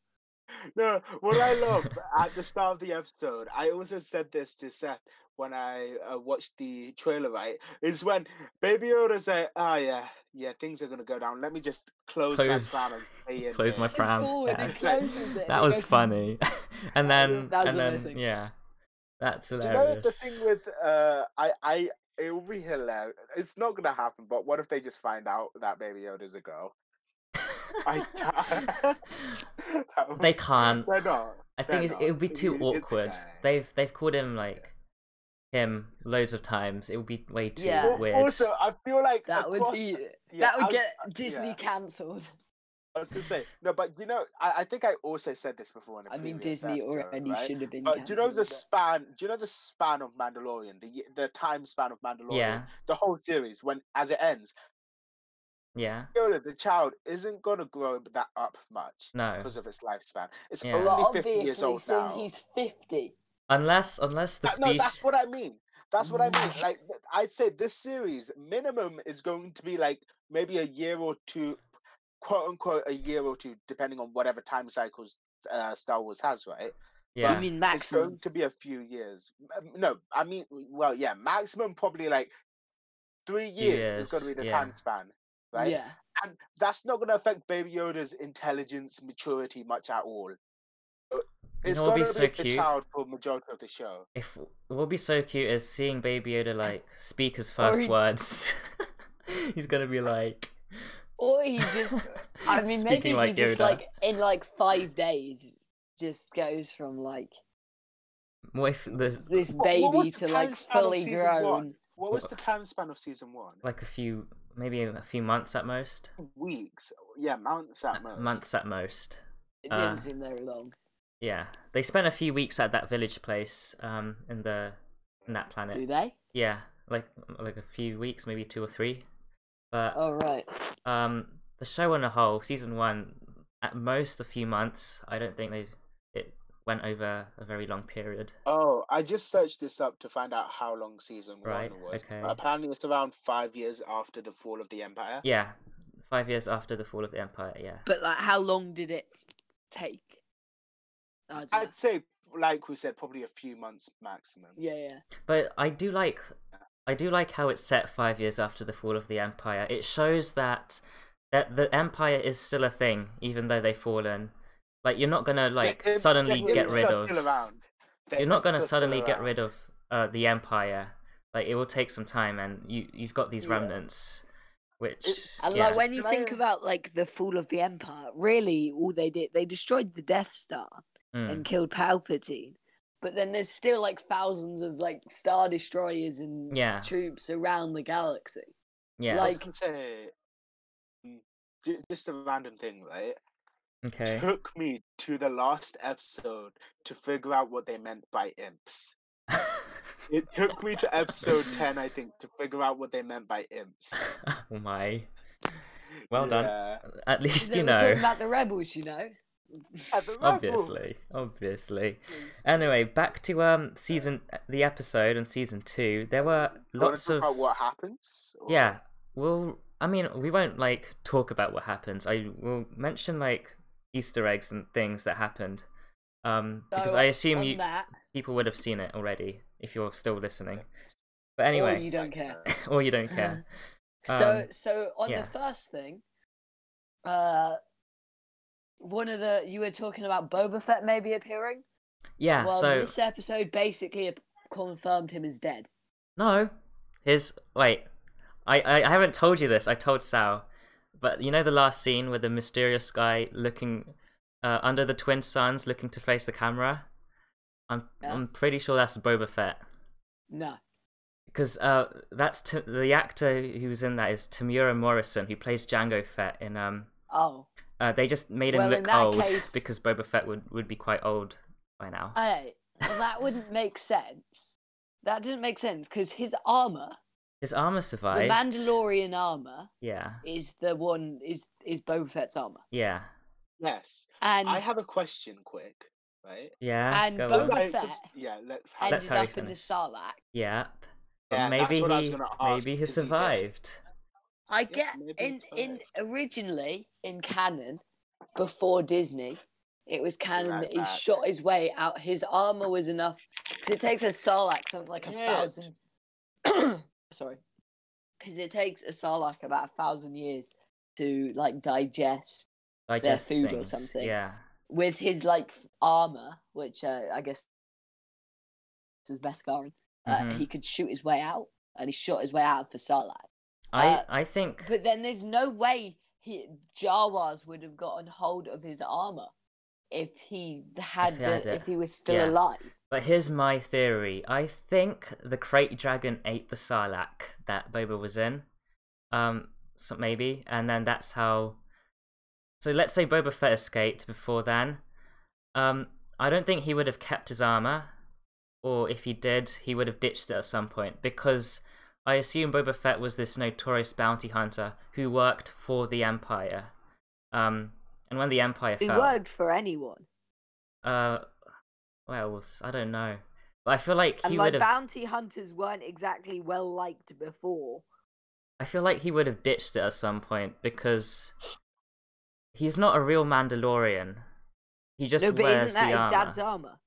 No, what I love at the start of the episode, I also said this to Seth when I uh, watched the trailer, right? Is when Baby Yoda's like, oh, yeah, yeah, things are going to go down. Let me just close, Close- my pram and stay in close my here." pram. Pram, forward yeah. and closes it. that was funny. and That then, was- that was and then, amazing. yeah, that's Do hilarious. you know the thing with, uh, I, I, it will be hilarious. It's not going to happen, but what if they just find out that Baby Yoda's a girl? I That would- they can't. They're not. I think it's, not. it would be It- too it's a awkward. guy. They've they've called him It's a like him loads of times. It would be way too Yeah. Al- weird. Also, I feel like That would across- be yeah, that I would was- get uh, Disney yeah. cancelled. I was gonna say no, but you know, I, I think I also said this before. In a I mean, previous Disney episode, already right? should have been. But do you know cancelled, the but- span? Do you know the span of Mandalorian? The y- the time span of Mandalorian. yeah, The whole series, when as it ends, yeah. Yoda, the child, isn't gonna grow that up much No, because of its lifespan. It's Yeah. only fifty Obviously, years old seeing now. he's fifty. unless unless the That- no, species. that's what I mean. That's what I mean. Yeah. Like, th- I'd say this series minimum is going to be like maybe a year or two, quote unquote, a year or two, depending on whatever time cycles uh, Star Wars has, right? yeah. You mean It's going maximum? to be a few years. Um, No, I mean, well, yeah, maximum probably like three years, is going to be Years, the yeah. time span, right? Yeah. And that's not going to affect Baby Yoda's intelligence, maturity much at all. Uh, It's know what would going be to so be the cute? child for majority of the show. If what would be so cute is seeing Baby Yoda like speak his first he- words. He's gonna be like. Or he just. I mean, maybe speaking he like just Yoda. like in like five days just goes from like What if there's this What- what was baby the to like time span of fully season one? grown. What was the time span of season one? like a few, maybe a few months at most? Weeks, yeah, months at most. Months at most. It Uh, didn't seem very long. Yeah, they spent a few weeks at that village place, um, in the in that planet. Do they? Yeah, like like a few weeks, maybe two or three. But Oh right. um, the show on the whole, season one, at most a few months. I don't think they it went over a very long period. Oh, I just searched this up to find out how long season Right, one was. okay. But apparently, it's around five years after the fall of the empire. Yeah, five years after the fall of the empire. Yeah, But like, how long did it take? I don't know. I'd say, like we said, probably a few months maximum. Yeah, yeah. but I do like I do like how it's set five years after the fall of the empire. It shows that that the empire is still a thing, even though they've fallen. Like you're not gonna like They- they- suddenly they- get they're rid still of. around. They're you're not going to still suddenly get around. rid of uh, the empire. Like it will take some time, and you you've got these Yeah. remnants, which And yeah. like when you Can I, think um, about like the fall of the empire, really all they did they destroyed the Death Star Mm. and killed Palpatine. But then there's still like thousands of like star destroyers and s- Yeah. troops around the galaxy. yeah I was Like- gonna say, mm, ju- just a random thing, right? okay Took me to the last episode to figure out what they meant by imps. It took me to episode ten, I think, to figure out what they meant by imps. oh my Well done. Yeah. at least They you were talking know about the rebels, you know. At the obviously levels. obviously Please. anyway back to um season the episode and season two there were You wanna lots talk of about what happens. or- yeah well i mean we won't like talk about what happens i will mention like easter eggs and things that happened um because So, i assume On you that, people would have seen it already if you're still listening but or anyway you don't care. uh, or you don't care So Um, so on yeah. the first thing, uh one of the you were talking about Boba Fett maybe appearing. yeah well so this episode basically ap- confirmed him as dead. no his wait I, I i haven't told you this i told sal but you know the last scene with the mysterious guy looking uh, under the twin suns looking to face the camera i'm Yeah. i'm pretty sure that's boba fett No. because uh, that's t- the actor who's in that is Tamura Morrison, who plays Django Fett. In um, Oh. uh, they just made him Well, in look that old case- Uh, because Boba Fett would, would be quite old by now. Hey, well, that wouldn't make sense. That didn't make sense because his armor, His armor survived. the Mandalorian armor, Yeah, is the one is is Boba Fett's armor, yeah, Yes. and I have a question, quick. Right. yeah. And go Boba- on. Like, Fett. just- Yeah. Let's have ended That's how he up in the finished. Sarlacc. Yeah, but Yeah, that's maybe what I was he gonna ask, maybe he is he dead? survived. I Yeah, get maybe in it's in five. originally in canon before Disney, it was canon Right that he back. shot his way out. His armor was enough. 'cause it takes a Sarlacc something like a Yeah. thousand. sorry, because it takes a Sarlacc about a thousand years to like digest. Digest food or things. something. Yeah, With his like f- armor, which uh, I guess is Beskar, uh, Mhm. he could shoot his way out, and he shot his way out of the Sarlacc. Uh, I I think But then there's no way he Jawas would have gotten hold of his armor if he had, he had the- it. if he was still Yeah. alive. But here's my theory. I think the crate dragon ate the Sarlacc that Boba was in. Um, so maybe, and then that's how. So let's say Boba Fett escaped before then. Um, I don't think he would have kept his armor, or if he did, he would have ditched it at some point because I assume Boba Fett was this notorious bounty hunter who worked for the Empire. Um, and when the Empire He fell, worked for anyone, uh, well, s- I don't know, but I feel like and he like would have. bounty hunters weren't exactly well liked before. I feel like he would have ditched it at some point because he's not a real Mandalorian. He just no, but wears isn't that the his armor. dad's armor?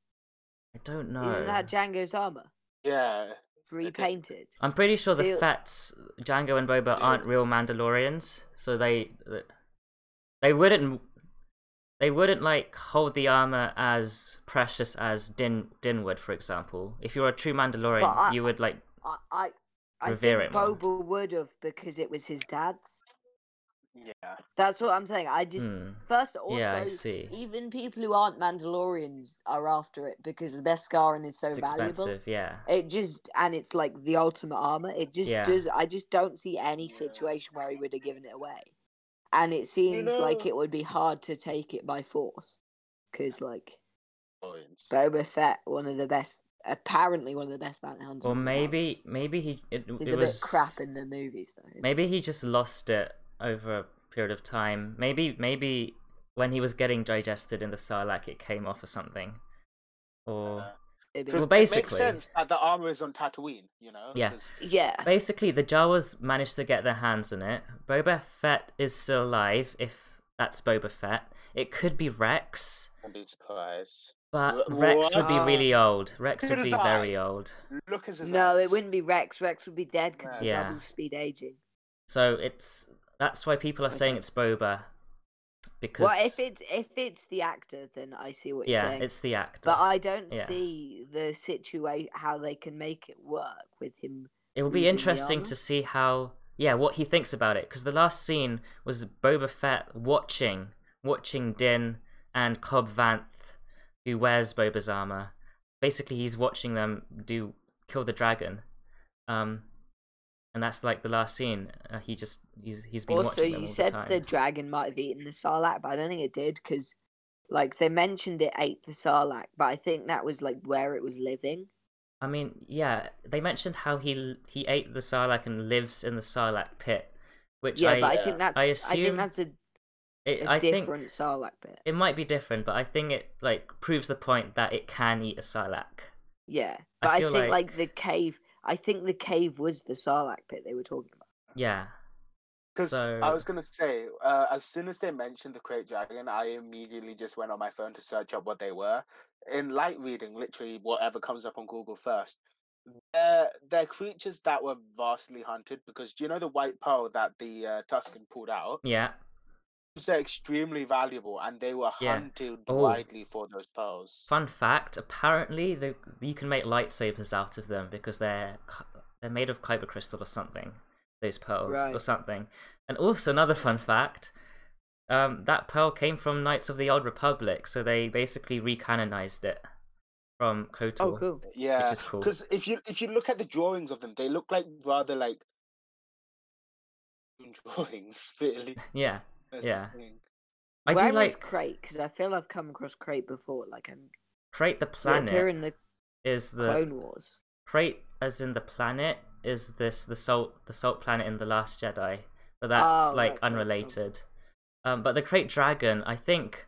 I don't know. Isn't that Django's armor Yeah. repainted? I'm pretty sure the They- Fats Django and Boba They- aren't real Mandalorians, so they they wouldn't they wouldn't like hold the armor as precious as Din Din would, for example. If you're a true Mandalorian, But I- you would like I, I, I Revere think it more. Boba would have because it was his dad's. Yeah. That's what I'm saying. I just hmm. First, also, Yeah, I see. even people who aren't Mandalorians are after it because the Beskar is so it's valuable. expensive, yeah. It just and it's like the ultimate armor. It just Yeah. does. I just don't see any situation where he would have given it away, and it seems like know- it would be hard to take it by force, because like Points. Boba Fett, one of the best, apparently one of the best bounty hunters. Or in the world. maybe maybe he it, he's it a was bit crap in the movies though. It's- Maybe he just lost it over a period of time. Maybe maybe when he was getting digested in the Sarlacc, it came off or something. Or Uh, Maybe. Well, Because it basically- makes sense that the armor is on Tatooine, you know? Yeah. 'cause- yeah. basically, the Jawas managed to get their hands on it. Boba Fett is still alive, if that's Boba Fett. It could be Rex, Don't be surprised. but Wh- Rex would be what? really old. Rex Good would be as very I. old. Look at his No, eyes. it wouldn't be Rex. Rex would be dead because Yeah. double speed aging. So it's that's why people are saying it's Boba because Well, if it's if it's the actor, then I see what you're yeah, saying. it's the actor. but I don't yeah. see the situation how they can make it work with him. It will be losing the interesting armor. to see how, yeah, what he thinks about it. Because the last scene was Boba Fett watching, watching Din and Cobb Vanth, who wears Boba's armor. Basically, he's watching them do kill the dragon, um, and that's like the last scene. Uh, he just he's he's been Also, watching them you all said the time. the dragon might have eaten the sarlacc, but I don't think it did because, like, they mentioned it ate the sarlacc, but I think that was like where it was living. I mean, yeah, they mentioned how he he ate the Sarlacc and lives in the Sarlacc pit, which yeah, I but I Yeah. think that's I I, assume think that's a, it, a I think different sarlacc bit. it might be different, but I think it like proves the point that it can eat a Sarlacc. Yeah, but I, feel think like... like- the cave. I think the cave was the sarlacc pit they were talking about. Yeah, Because I So- was gonna say, uh, as soon as they mentioned the Great Dragon, I immediately just went on my phone to search up what they were. In light reading, literally whatever comes up on Google first. They're, they're creatures that were vastly hunted because do you know the white pearl that the uh, Tuscan pulled out? yeah. They're extremely valuable and they were Yeah. hunted Oh. widely for those pearls. Fun fact: apparently, the you can make lightsabers out of them because they're ki- they're made of kyber crystal or something. Those pearls or Right. something. And also another fun fact: um, that pearl came from Knights of the Old Republic, so they basically recanonized it from Kotor. Oh, cool. Yeah, is cool. Because if you if you look at the drawings of them, they look like rather like drawings, really. Yeah, That's Yeah. the thing. I Where do was like crate because I feel I've come across crate before. Like I'm crate. The they appear planet in the is the Clone Wars. Crate, as in the planet, is this the salt the salt planet in the Last Jedi, but that's like Oh, that's what it's from. unrelated. Um, but the Crate Dragon, I think,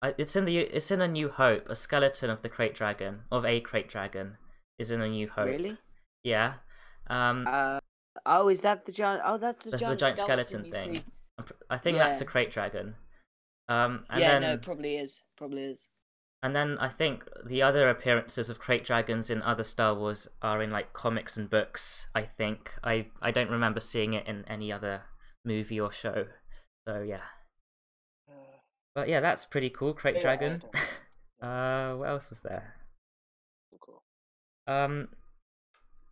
I- it's in the it's in a New Hope. A skeleton of the Crate Dragon of a Crate Dragon is in a New Hope. Really? Yeah. Um, Uh, oh, is that the giant? Oh, that's the That's the giant, giant skeleton you thing. see. I'm pr- I think that's a yeah. Crate Dragon. Um, and yeah, then no, it probably is. Probably is. and then I think the other appearances of crate dragons in other Star Wars are in like comics and books. I think I I don't remember seeing it in any other movie or show. So yeah, but yeah, that's pretty cool. Crate Uh. Yeah, I dragon. don't know. uh, what else was there? Cool. Um,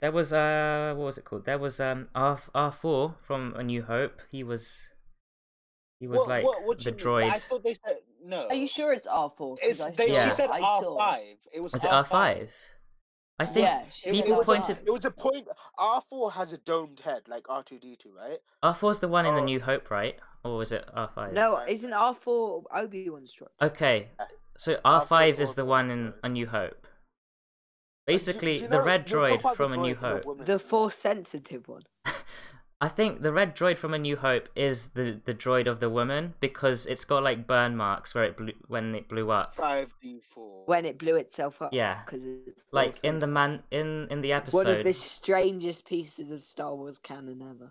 there was uh, what was it called? There was um R R four from A New Hope. He was he was like do the you mean? droid. I thought they said no. Are you sure it's R four? It's, they, Yeah. She said I R saw. five. It was, was it R five? I think Yeah, she said people R5. pointed It was a point. R four has a domed head like R two D two, right? R four's the one in the Oh. New Hope, right? Or was it R five? No, isn't R four Obi Wan's droid? Okay, Yeah. so Uh, R R four's five is also the a one in droid. A New Hope. And do- Basically, do you the know- red we'll droid talk about the from A New droid and the Hope. woman. The force sensitive one. I think the red droid from A New Hope is the, the droid of the woman because it's got like burn marks where it blew when it blew up. five D four. When it blew itself up. Yeah. Because it's force Like in the sensitive. man in in the One of episode. the strangest pieces of Star Wars canon ever.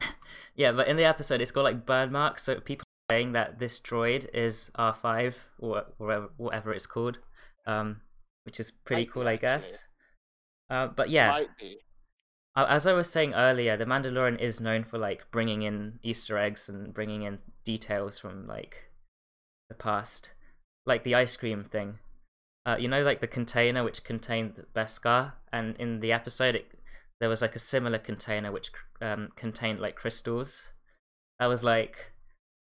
Yeah, but in the episode, it's got like burn marks, so people are saying that this droid is R five or whatever, whatever it's called, um, which is pretty Might be, cool, I actually. guess. Uh, but yeah, Might be. Uh, as I was saying earlier, The Mandalorian is known for like bringing in Easter eggs and bringing in details from like the past, like the ice cream thing. Uh, you know, like the container which contained Beskar, and in the episode, it, there was like a similar container which um, contained like crystals. That was like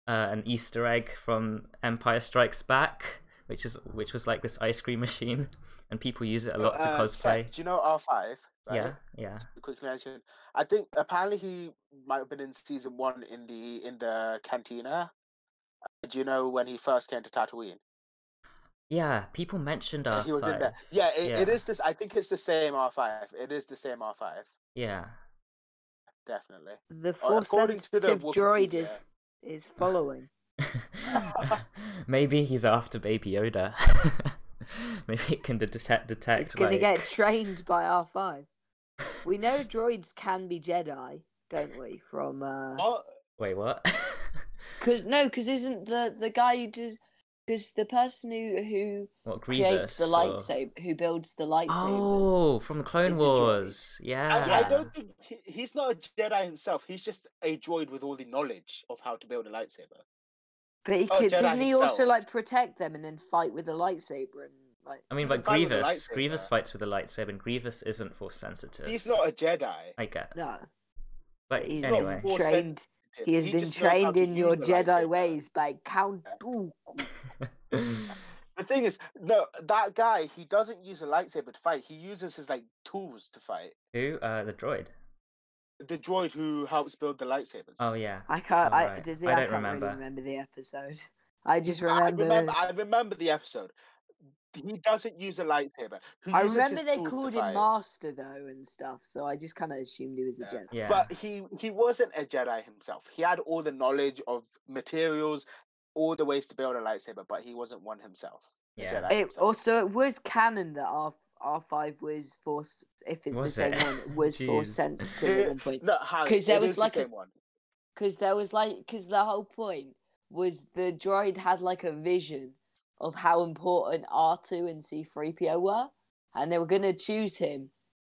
uh, an Easter egg from Empire Strikes Back, which is which was like this ice cream machine, and people use it a No, lot to uh, cosplay. Seth, do you know R five? yeah, yeah. Quick mention. I think apparently he might have been in season one in the in the cantina. Uh, Do you know when he first came to Tatooine? Yeah, people mentioned Yeah, R he was in five. there. Yeah, it, it Ah, Yeah. is this. I think it's the same R five. It is the same R five, Yeah, definitely. The force according to the sensitive droid Wikipedia- is is following. Maybe he's after Baby Yoda. Maybe it can de- detect detect. It's going like- to get trained by R5. We know droids can be Jedi, don't we? From uh, What? Wait, what? Cause no, because isn't the the guy who does? Because the person who who what Grievous? creates the or- lightsaber, who builds the lightsaber. Oh, from the Clone is a droid. Wars. Yeah. I, I don't think he, he's not a Jedi himself. He's just a droid with all the knowledge of how to build a lightsaber. but he Oh, could, Jedi doesn't he also himself. like protect them and then fight with a lightsaber and like? I mean, It's the but guy with the Grievous. lightsaber. Grievous fights with a lightsaber, and Grievous isn't force sensitive. He's not a Jedi. I get. No, But he's not anyway, force- trained- he has been just knows how trained to in use your the Jedi lightsaber. ways by Count Dooku. The thing is, no, that guy he doesn't use a lightsaber to fight. He uses his like tools to fight. who? Uh, the droid. The droid who helps build the lightsabers. Oh yeah. I can't. Oh, I, right. does I I, don't can't remember. really remember the episode. I just I remember. remember. I remember the episode. He doesn't use a lightsaber. He I uses remember his they tools to called him fight. Master though and stuff, so I just kind of assumed he was a Yeah. Jedi. Yeah. But he he wasn't a Jedi himself. He had all the knowledge of materials, all the ways to build a lightsaber, but he wasn't one himself. a Yeah. Jedi It, himself. also, it was canon that R R five was force. If it's Was the same it? one, it was force Jeez. sensitive at one point. no, Harry, 'Cause there it was is like a- the same one. because there was like because the whole point was the droid had like a vision of how important R2 and C3PO were and they were going to choose him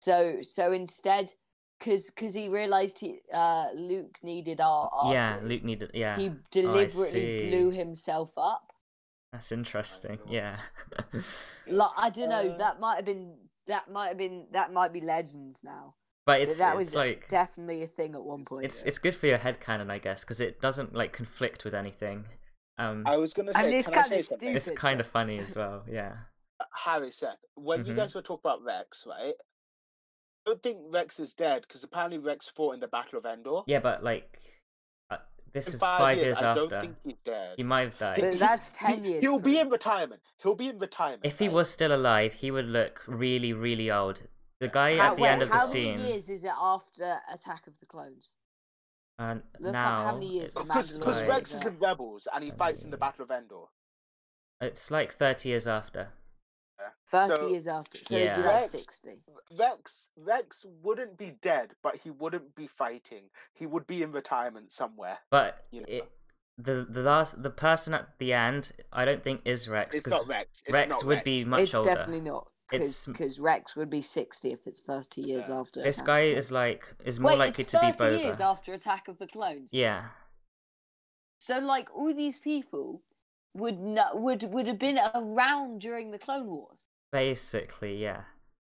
so so instead cuz cuz he realized he uh Luke needed R R2 yeah. Luke needed. Yeah. Oh, he deliberately see. blew himself up That's interesting. God. Yeah. like I don't know Uh, that might have been That might have been. That might be legends now. but But it's that it's was like definitely a thing at one point. it's it's good for your head canon, I guess, because it doesn't like conflict with anything. Um, I was gonna I say, mean, it's can I kinda say something? it's stupid, kind but- of funny as well. Yeah. Harry, Seth, when you Mhm. guys were talking about Rex, right? I don't think Rex is dead because apparently Rex fought in the Battle of Endor. Yeah, but like, uh, this In is five, years, I after. don't think he's dead. He might have died. But he- that's ten He- years. He'll be Chris. in retirement. He'll be in retirement. If he right? was still alive, he would look really, really old. The guy How- at the wait, end of the how scene. many years is it after Attack of the Clones? And Look now up how many years it's, Mandalorian because Mandalorian like, Rex is in Rebels and he fights in the Uh, Battle of Endor. it's like thirty years after. Thirty So- years after, so it'd Yeah. be like Rex- sixty. Rex Rex wouldn't be dead, but he wouldn't be fighting. He would be in retirement somewhere. But You know. it, the the last the person at the end, I don't think is Rex It's because not Rex. It's Rex not would be much it's older. definitely not It's- because Rex would be sixty if it's thirty years Yeah. after. This Attack guy of the is like is more wait likely it's to be 30 Boba. years after Attack of the Clones Yeah, So like all these people would not, would would have been around during the Clone Wars. basically, yeah.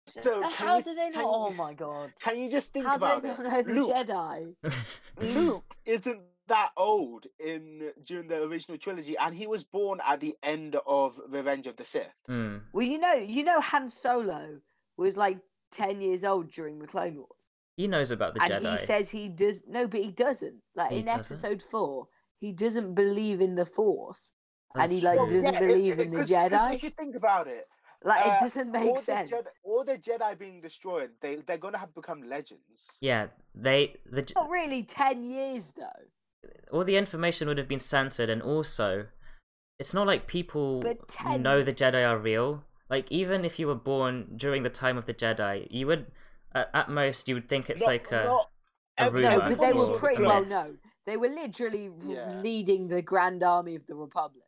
So, So uh, can how you- do they not? can you- Oh my god! Can you just think How do about they it? not know the Luke, Jedi? Luke isn't that old in during the original trilogy, and he was born at the end of Revenge of the Sith. mm. Well, you know, you know, Han Solo was like ten years old during the Clone Wars, He knows about the and Jedi. he says he does. No, but he doesn't. Like He in doesn't? Episode Four, he doesn't believe in the Force, and That's he like true. doesn't Yeah, it- believe in it- the 'cause- 'cause Jedi. If you think about it, Like uh, it doesn't all make the Jedi- sense. all the Jedi being destroyed, they they're gonna have become legends. Yeah, they the J- Not really ten years though. all the information would have been censored and also it's not like people But ten- know the jedi are real like even if you were born during the time of the jedi you would at, at most you would think it's Not- like uh, a not a every- rumor No, Right. but they Or were the pretty well Clone Wars. known. They were literally r- Yeah. leading the Grand Army of the Republic.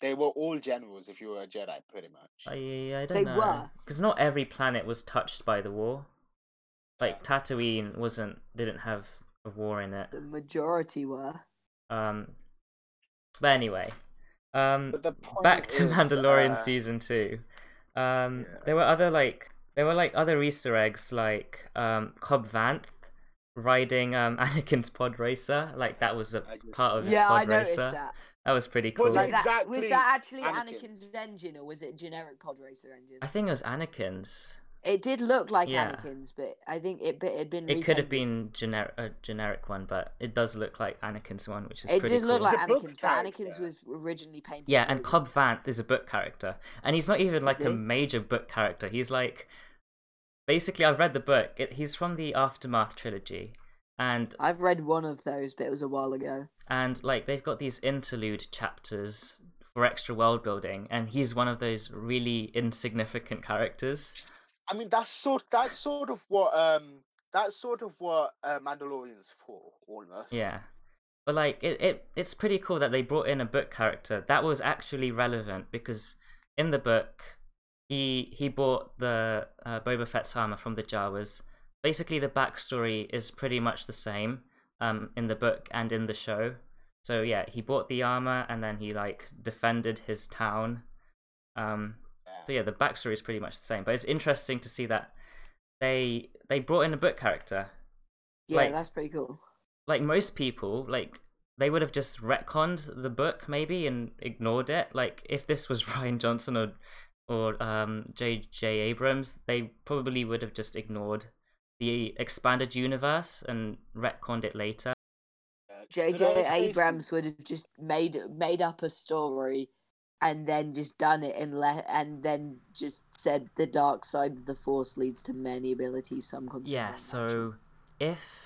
They were all generals if you were a Jedi, pretty much. I, I don't They know were. because not every planet was touched by the war like Yeah. tatooine wasn't didn't have a war in it The majority were. um but anyway um But the point back to is, Mandalorian uh, season two. Um, yeah. there were other like there were like other Easter eggs like um, Cobb Vanth riding um, Anakin's pod racer. Like that was a I just- part of his yeah, pod I noticed racer. that. That was pretty cool. Was Like it- that. Was Exactly, that actually Anakin's. Anakin's engine or was it generic pod racer engine? I think it was Anakin's. It did look like Yeah. Anakin's, but I think it but it had been. It could have repainted. been generic a generic one, but it does look like Anakin's one, which is It pretty did look cool. like It's a book Anakin's, but Anakin's character. was originally painted. Yeah, and blue. Cobb Vanth is a book character, and he's not even like a he? major book character. He's like, basically, I've read the book. It, he's from the Aftermath trilogy, and I've read one of those, but it was a while ago. and like they've got these interlude chapters for extra world building, and he's one of those really insignificant characters. I mean, that's sort that's sort of what um that's sort of what uh, Mandalorian's for almost. Yeah. But like it, it it's pretty cool that they brought in a book character that was actually relevant because in the book he he bought the uh, Boba Fett's armor from the Jawas. Basically the backstory is pretty much the same um in the book and in the show. So yeah, he bought the armor and then he like defended his town. Um so yeah, the backstory is pretty much the same, but it's interesting to see that they they brought in a book character Yeah, Like- that's pretty cool. like most people, like they would have just retconned the book maybe and ignored it. Like if this was Ryan Johnson or or um J J Abrams, they probably would have just ignored the expanded universe and retconned it later. Uh, did I J.J. say Abrams would have just made made up a story, and then just done it and le- and then just said the dark side of the Force leads to many abilities. Some consider Yeah, them so if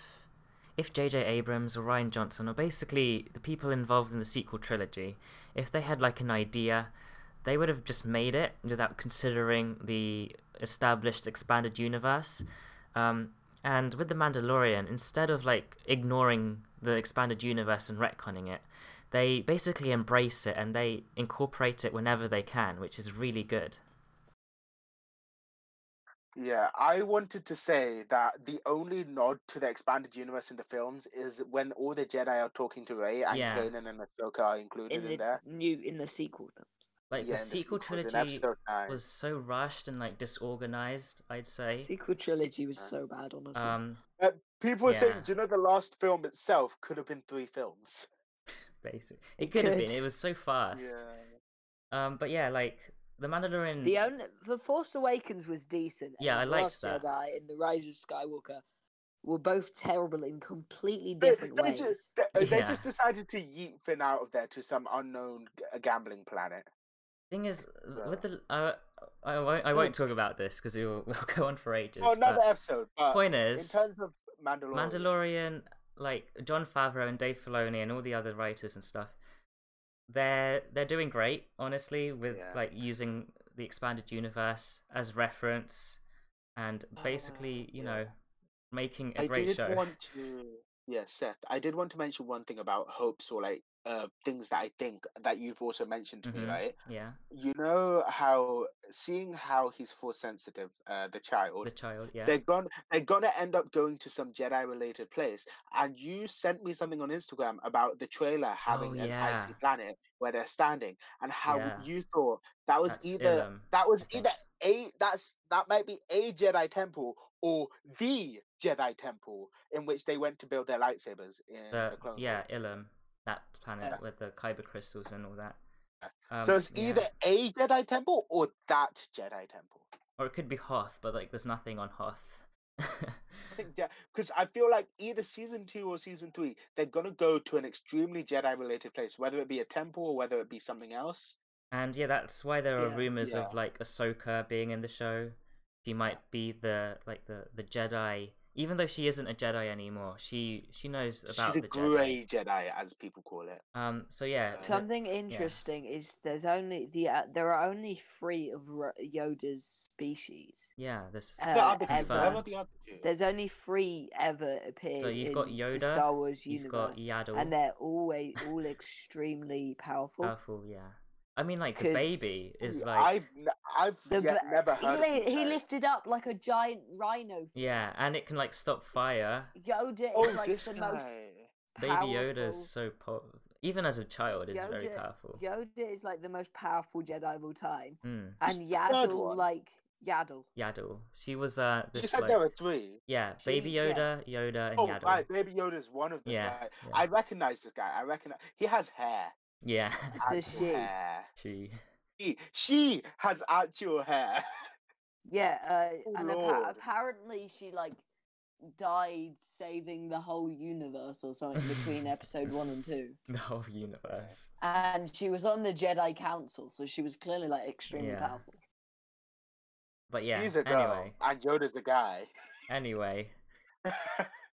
if J.J. Abrams or Ryan Johnson or basically the people involved in the sequel trilogy, if they had like an idea, they would have just made it without considering the established expanded universe. Um, and with the Mandalorian, instead of like ignoring the expanded universe and retconning it, they basically embrace it and they incorporate it whenever they can, which is really good. Yeah, I wanted to say that the only nod to the expanded universe in the films is when all the Jedi are talking to Rey and Yeah. Kanan and Ahsoka are included in, in the there. new in the sequel films. Like Yeah, the in sequel sequels in trilogy episode nine. was so rushed and like disorganized, I'd say. Sequel trilogy was Uh, so bad, honestly. Um, Uh, people were saying, yeah. do you know the last film itself could have been three films? basically, It it could have been. could. It was so fast. Um, but yeah, like the Mandalorian. the only the Force Awakens was decent. and Yeah, The I liked Last that. Jedi and the Rise of Skywalker were both terrible in completely They, different they ways. just, they, uh, they Yeah. just decided to yeet Finn out of there to some unknown g- uh, gambling planet. thing is, Yeah. with the uh, I won't I So- Oh, won't talk about this because we'll, we'll go on for ages. Well, another but episode, but point in is, terms of Mandalorian, Mandalorian, like John Favreau and Dave Filoni and all the other writers and stuff, they're they're doing great, honestly, with Yeah. like using the expanded universe as reference and basically, you Oh, yeah. know, making a I great did show. want to, yeah, Seth. I did want to mention one thing about hopes or like uh, things that I think that you've also mentioned to Mhm. me, right? Yeah, You know how seeing how he's force sensitive, uh, the child. the child. Yeah. they're gonna they're gonna end up going to some Jedi related place. And you sent me something on Instagram about the trailer having an icy Oh, yeah. planet where they're standing, and how Yeah. you thought that was That's either Ilum, that was I think. either a that's that might be a Jedi temple or the Jedi temple in which they went to build their lightsabers in the, the, Clone yeah Wars. Ilum, that planet Yeah. with the kyber crystals and all that. Um, so it's yeah. either a Jedi temple or that Jedi temple. or it could be Hoth, but like there's nothing on Hoth. Yeah, because I feel like either season two or season three, they're gonna go to an extremely Jedi-related place, whether it be a temple or whether it be something else. and yeah, that's why there are Yeah. rumors Yeah. of like Ahsoka being in the show. She might be the like the the Jedi, even though she isn't a Jedi anymore. She she knows about She's a the grey Jedi, as people call it. Jedi. Um. So yeah. the- Something interesting is there's only the uh, there are only three of Ro- Yoda's species. yeah. This. Uh, the other two, ever. whoever the other two. There's only three ever appeared you've in got the Yoda, Star Wars You've got universe, Yaddle. and they're always all extremely powerful. powerful. Yeah. I mean, like the 'Cause baby is Ooh, like. I've n- I've The yet ba- never He, heard. of li- this he guy. lifted up like a giant rhino. Yeah, and it can like stop fire. Yoda Oh, is like this the guy. most Baby powerful. Yoda is so po- even as a child is very Yoda- powerful. Yoda is like the most powerful Jedi of all time, Mm, Who's and the third Yaddle one? like Yaddle. Yaddle. She was uh You this said like there were three. yeah, Baby She- yeah. Yoda, Yoda, and Oh, Yaddle. right, Baby Yoda's one of them. Yeah, right. yeah. I recognize this guy. I recognize he has hair. Yeah, It's a actual she. Hair. she. He, she has actual hair. Yeah, uh, Oh, and appa- Lord. apparently she like died saving the whole universe or something between episode one and two. The whole universe. And she was on the Jedi Council, so she was clearly like extremely Yeah. powerful. But yeah, He's a girl, anyway, and Yoda's a guy. anyway,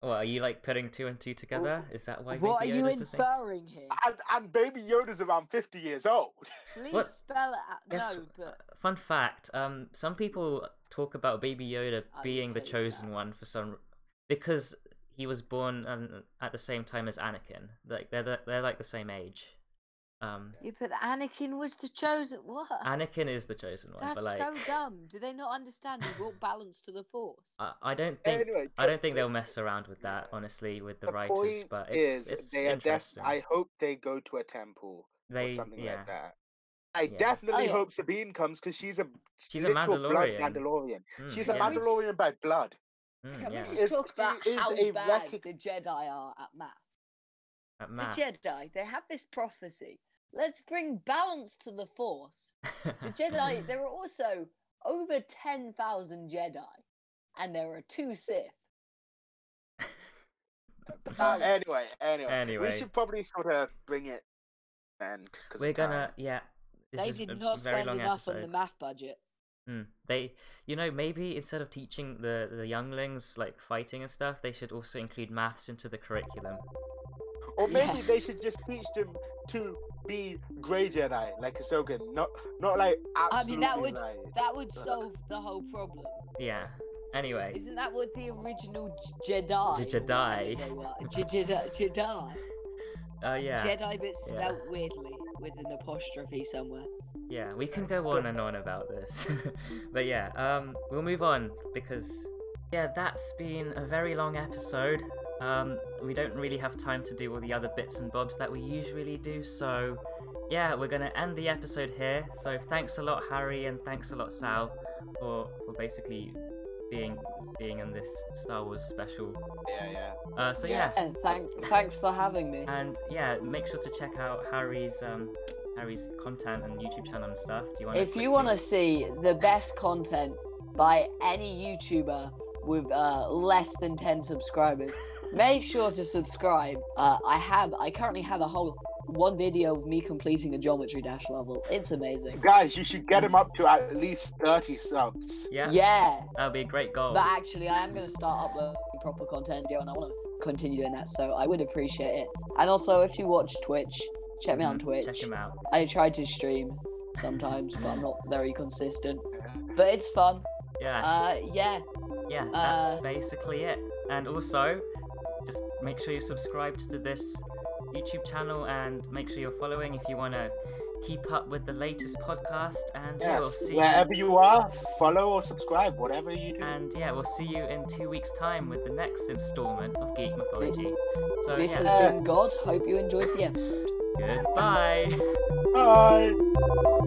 Well, are you like putting two and two together? Is that why? what are Baby you Yoda's a thing? inferring here? And, and Baby Yoda's around 50 years old. Please What? spell it out. Yes. No, but Fun fact: um, some people talk about Baby Yoda I being the hate chosen that. one for some because he was born um, at the same time as Anakin. Like they're the, they're like the same age. Um, you put Anakin was the chosen. What? Uh, Anakin is the chosen one, That's but like so dumb. Do they not understand you brought balance to the force? I, I don't think Anyway, I don't but think the- they'll mess around with that honestly with the, writers. point but it's, is, it's they are def- interesting. I hope they go to a temple they or something yeah. like that. I Yeah. definitely Oh, yeah. hope Sabine comes because she's a She's a literal blood Mandalorian. Mandalorian. Mm, she's a yeah. Can we just- Mandalorian by blood. Mm, Can yeah. we just Is- talk about she is how a bad recog- the Jedi are at math? At The maths. Jedi, they have this prophecy. Let's bring balance to the force. The Jedi, there are also over 10,000 Jedi, and there are two Sith. Oh, Uh, anyway, anyway, Anyway. we should probably sort of bring it. And We're gonna yeah. This they is a did not very spend long enough episode. on the math budget. Mm. They, you know, maybe instead of teaching the the younglings like fighting and stuff, they should also include maths into the curriculum. Or maybe Yeah. they should just teach them to be Grey Jedi, like Ahsoka, not not like I absolutely mean, that would like. that would solve the whole problem. Yeah. Anyway, Isn't that what the original J- Jedi? J- or whatever Jedi. they were- J- Jedi. Jedi. uh, yeah, Jedi, but spelt Yeah. weirdly with an apostrophe somewhere. yeah, we can go on and on about this, but yeah, um, we'll move on because yeah, that's been a very long episode. Um, we don't really have time to do all the other bits and bobs that we usually do, so yeah, we're gonna end the episode here. So thanks a lot, Harry, and thanks a lot, Sal, for for basically being being in this Star Wars special. Yeah, yeah. Uh, so Yeah. yes, And thank, thanks for having me. and yeah, make sure to check out Harry's um Harry's content and YouTube channel and stuff. Do you want? If you want to see the best content by any YouTuber with uh, less than 10 subscribers, make sure to subscribe. Uh, I have, I currently have a whole one video of me completing a geometry dash level. It's amazing. Guys, you should get him up to at least thirty subs. yeah, Oh. Yeah, that'll be a great goal. but actually, I am going to start uploading proper content, Joe, and I want to continue doing that, so I would appreciate it. And also, if you watch Twitch, check me out on Twitch. Mm, Mm-hmm. Check him out. I try to stream sometimes, but I'm not very consistent. But it's fun. Yeah. Uh, yeah. yeah, that's Uh, basically it. And also, just make sure you subscribe to this YouTube channel and make sure you're following if you want to keep up with the latest podcast. And yeah, we'll Yes, see. wherever you are, follow or subscribe, whatever you do. And yeah, we'll see you in two weeks' time with the next installment of Geek Mythology. So This yeah, has been God. Hope you enjoyed the episode. goodbye. Bye.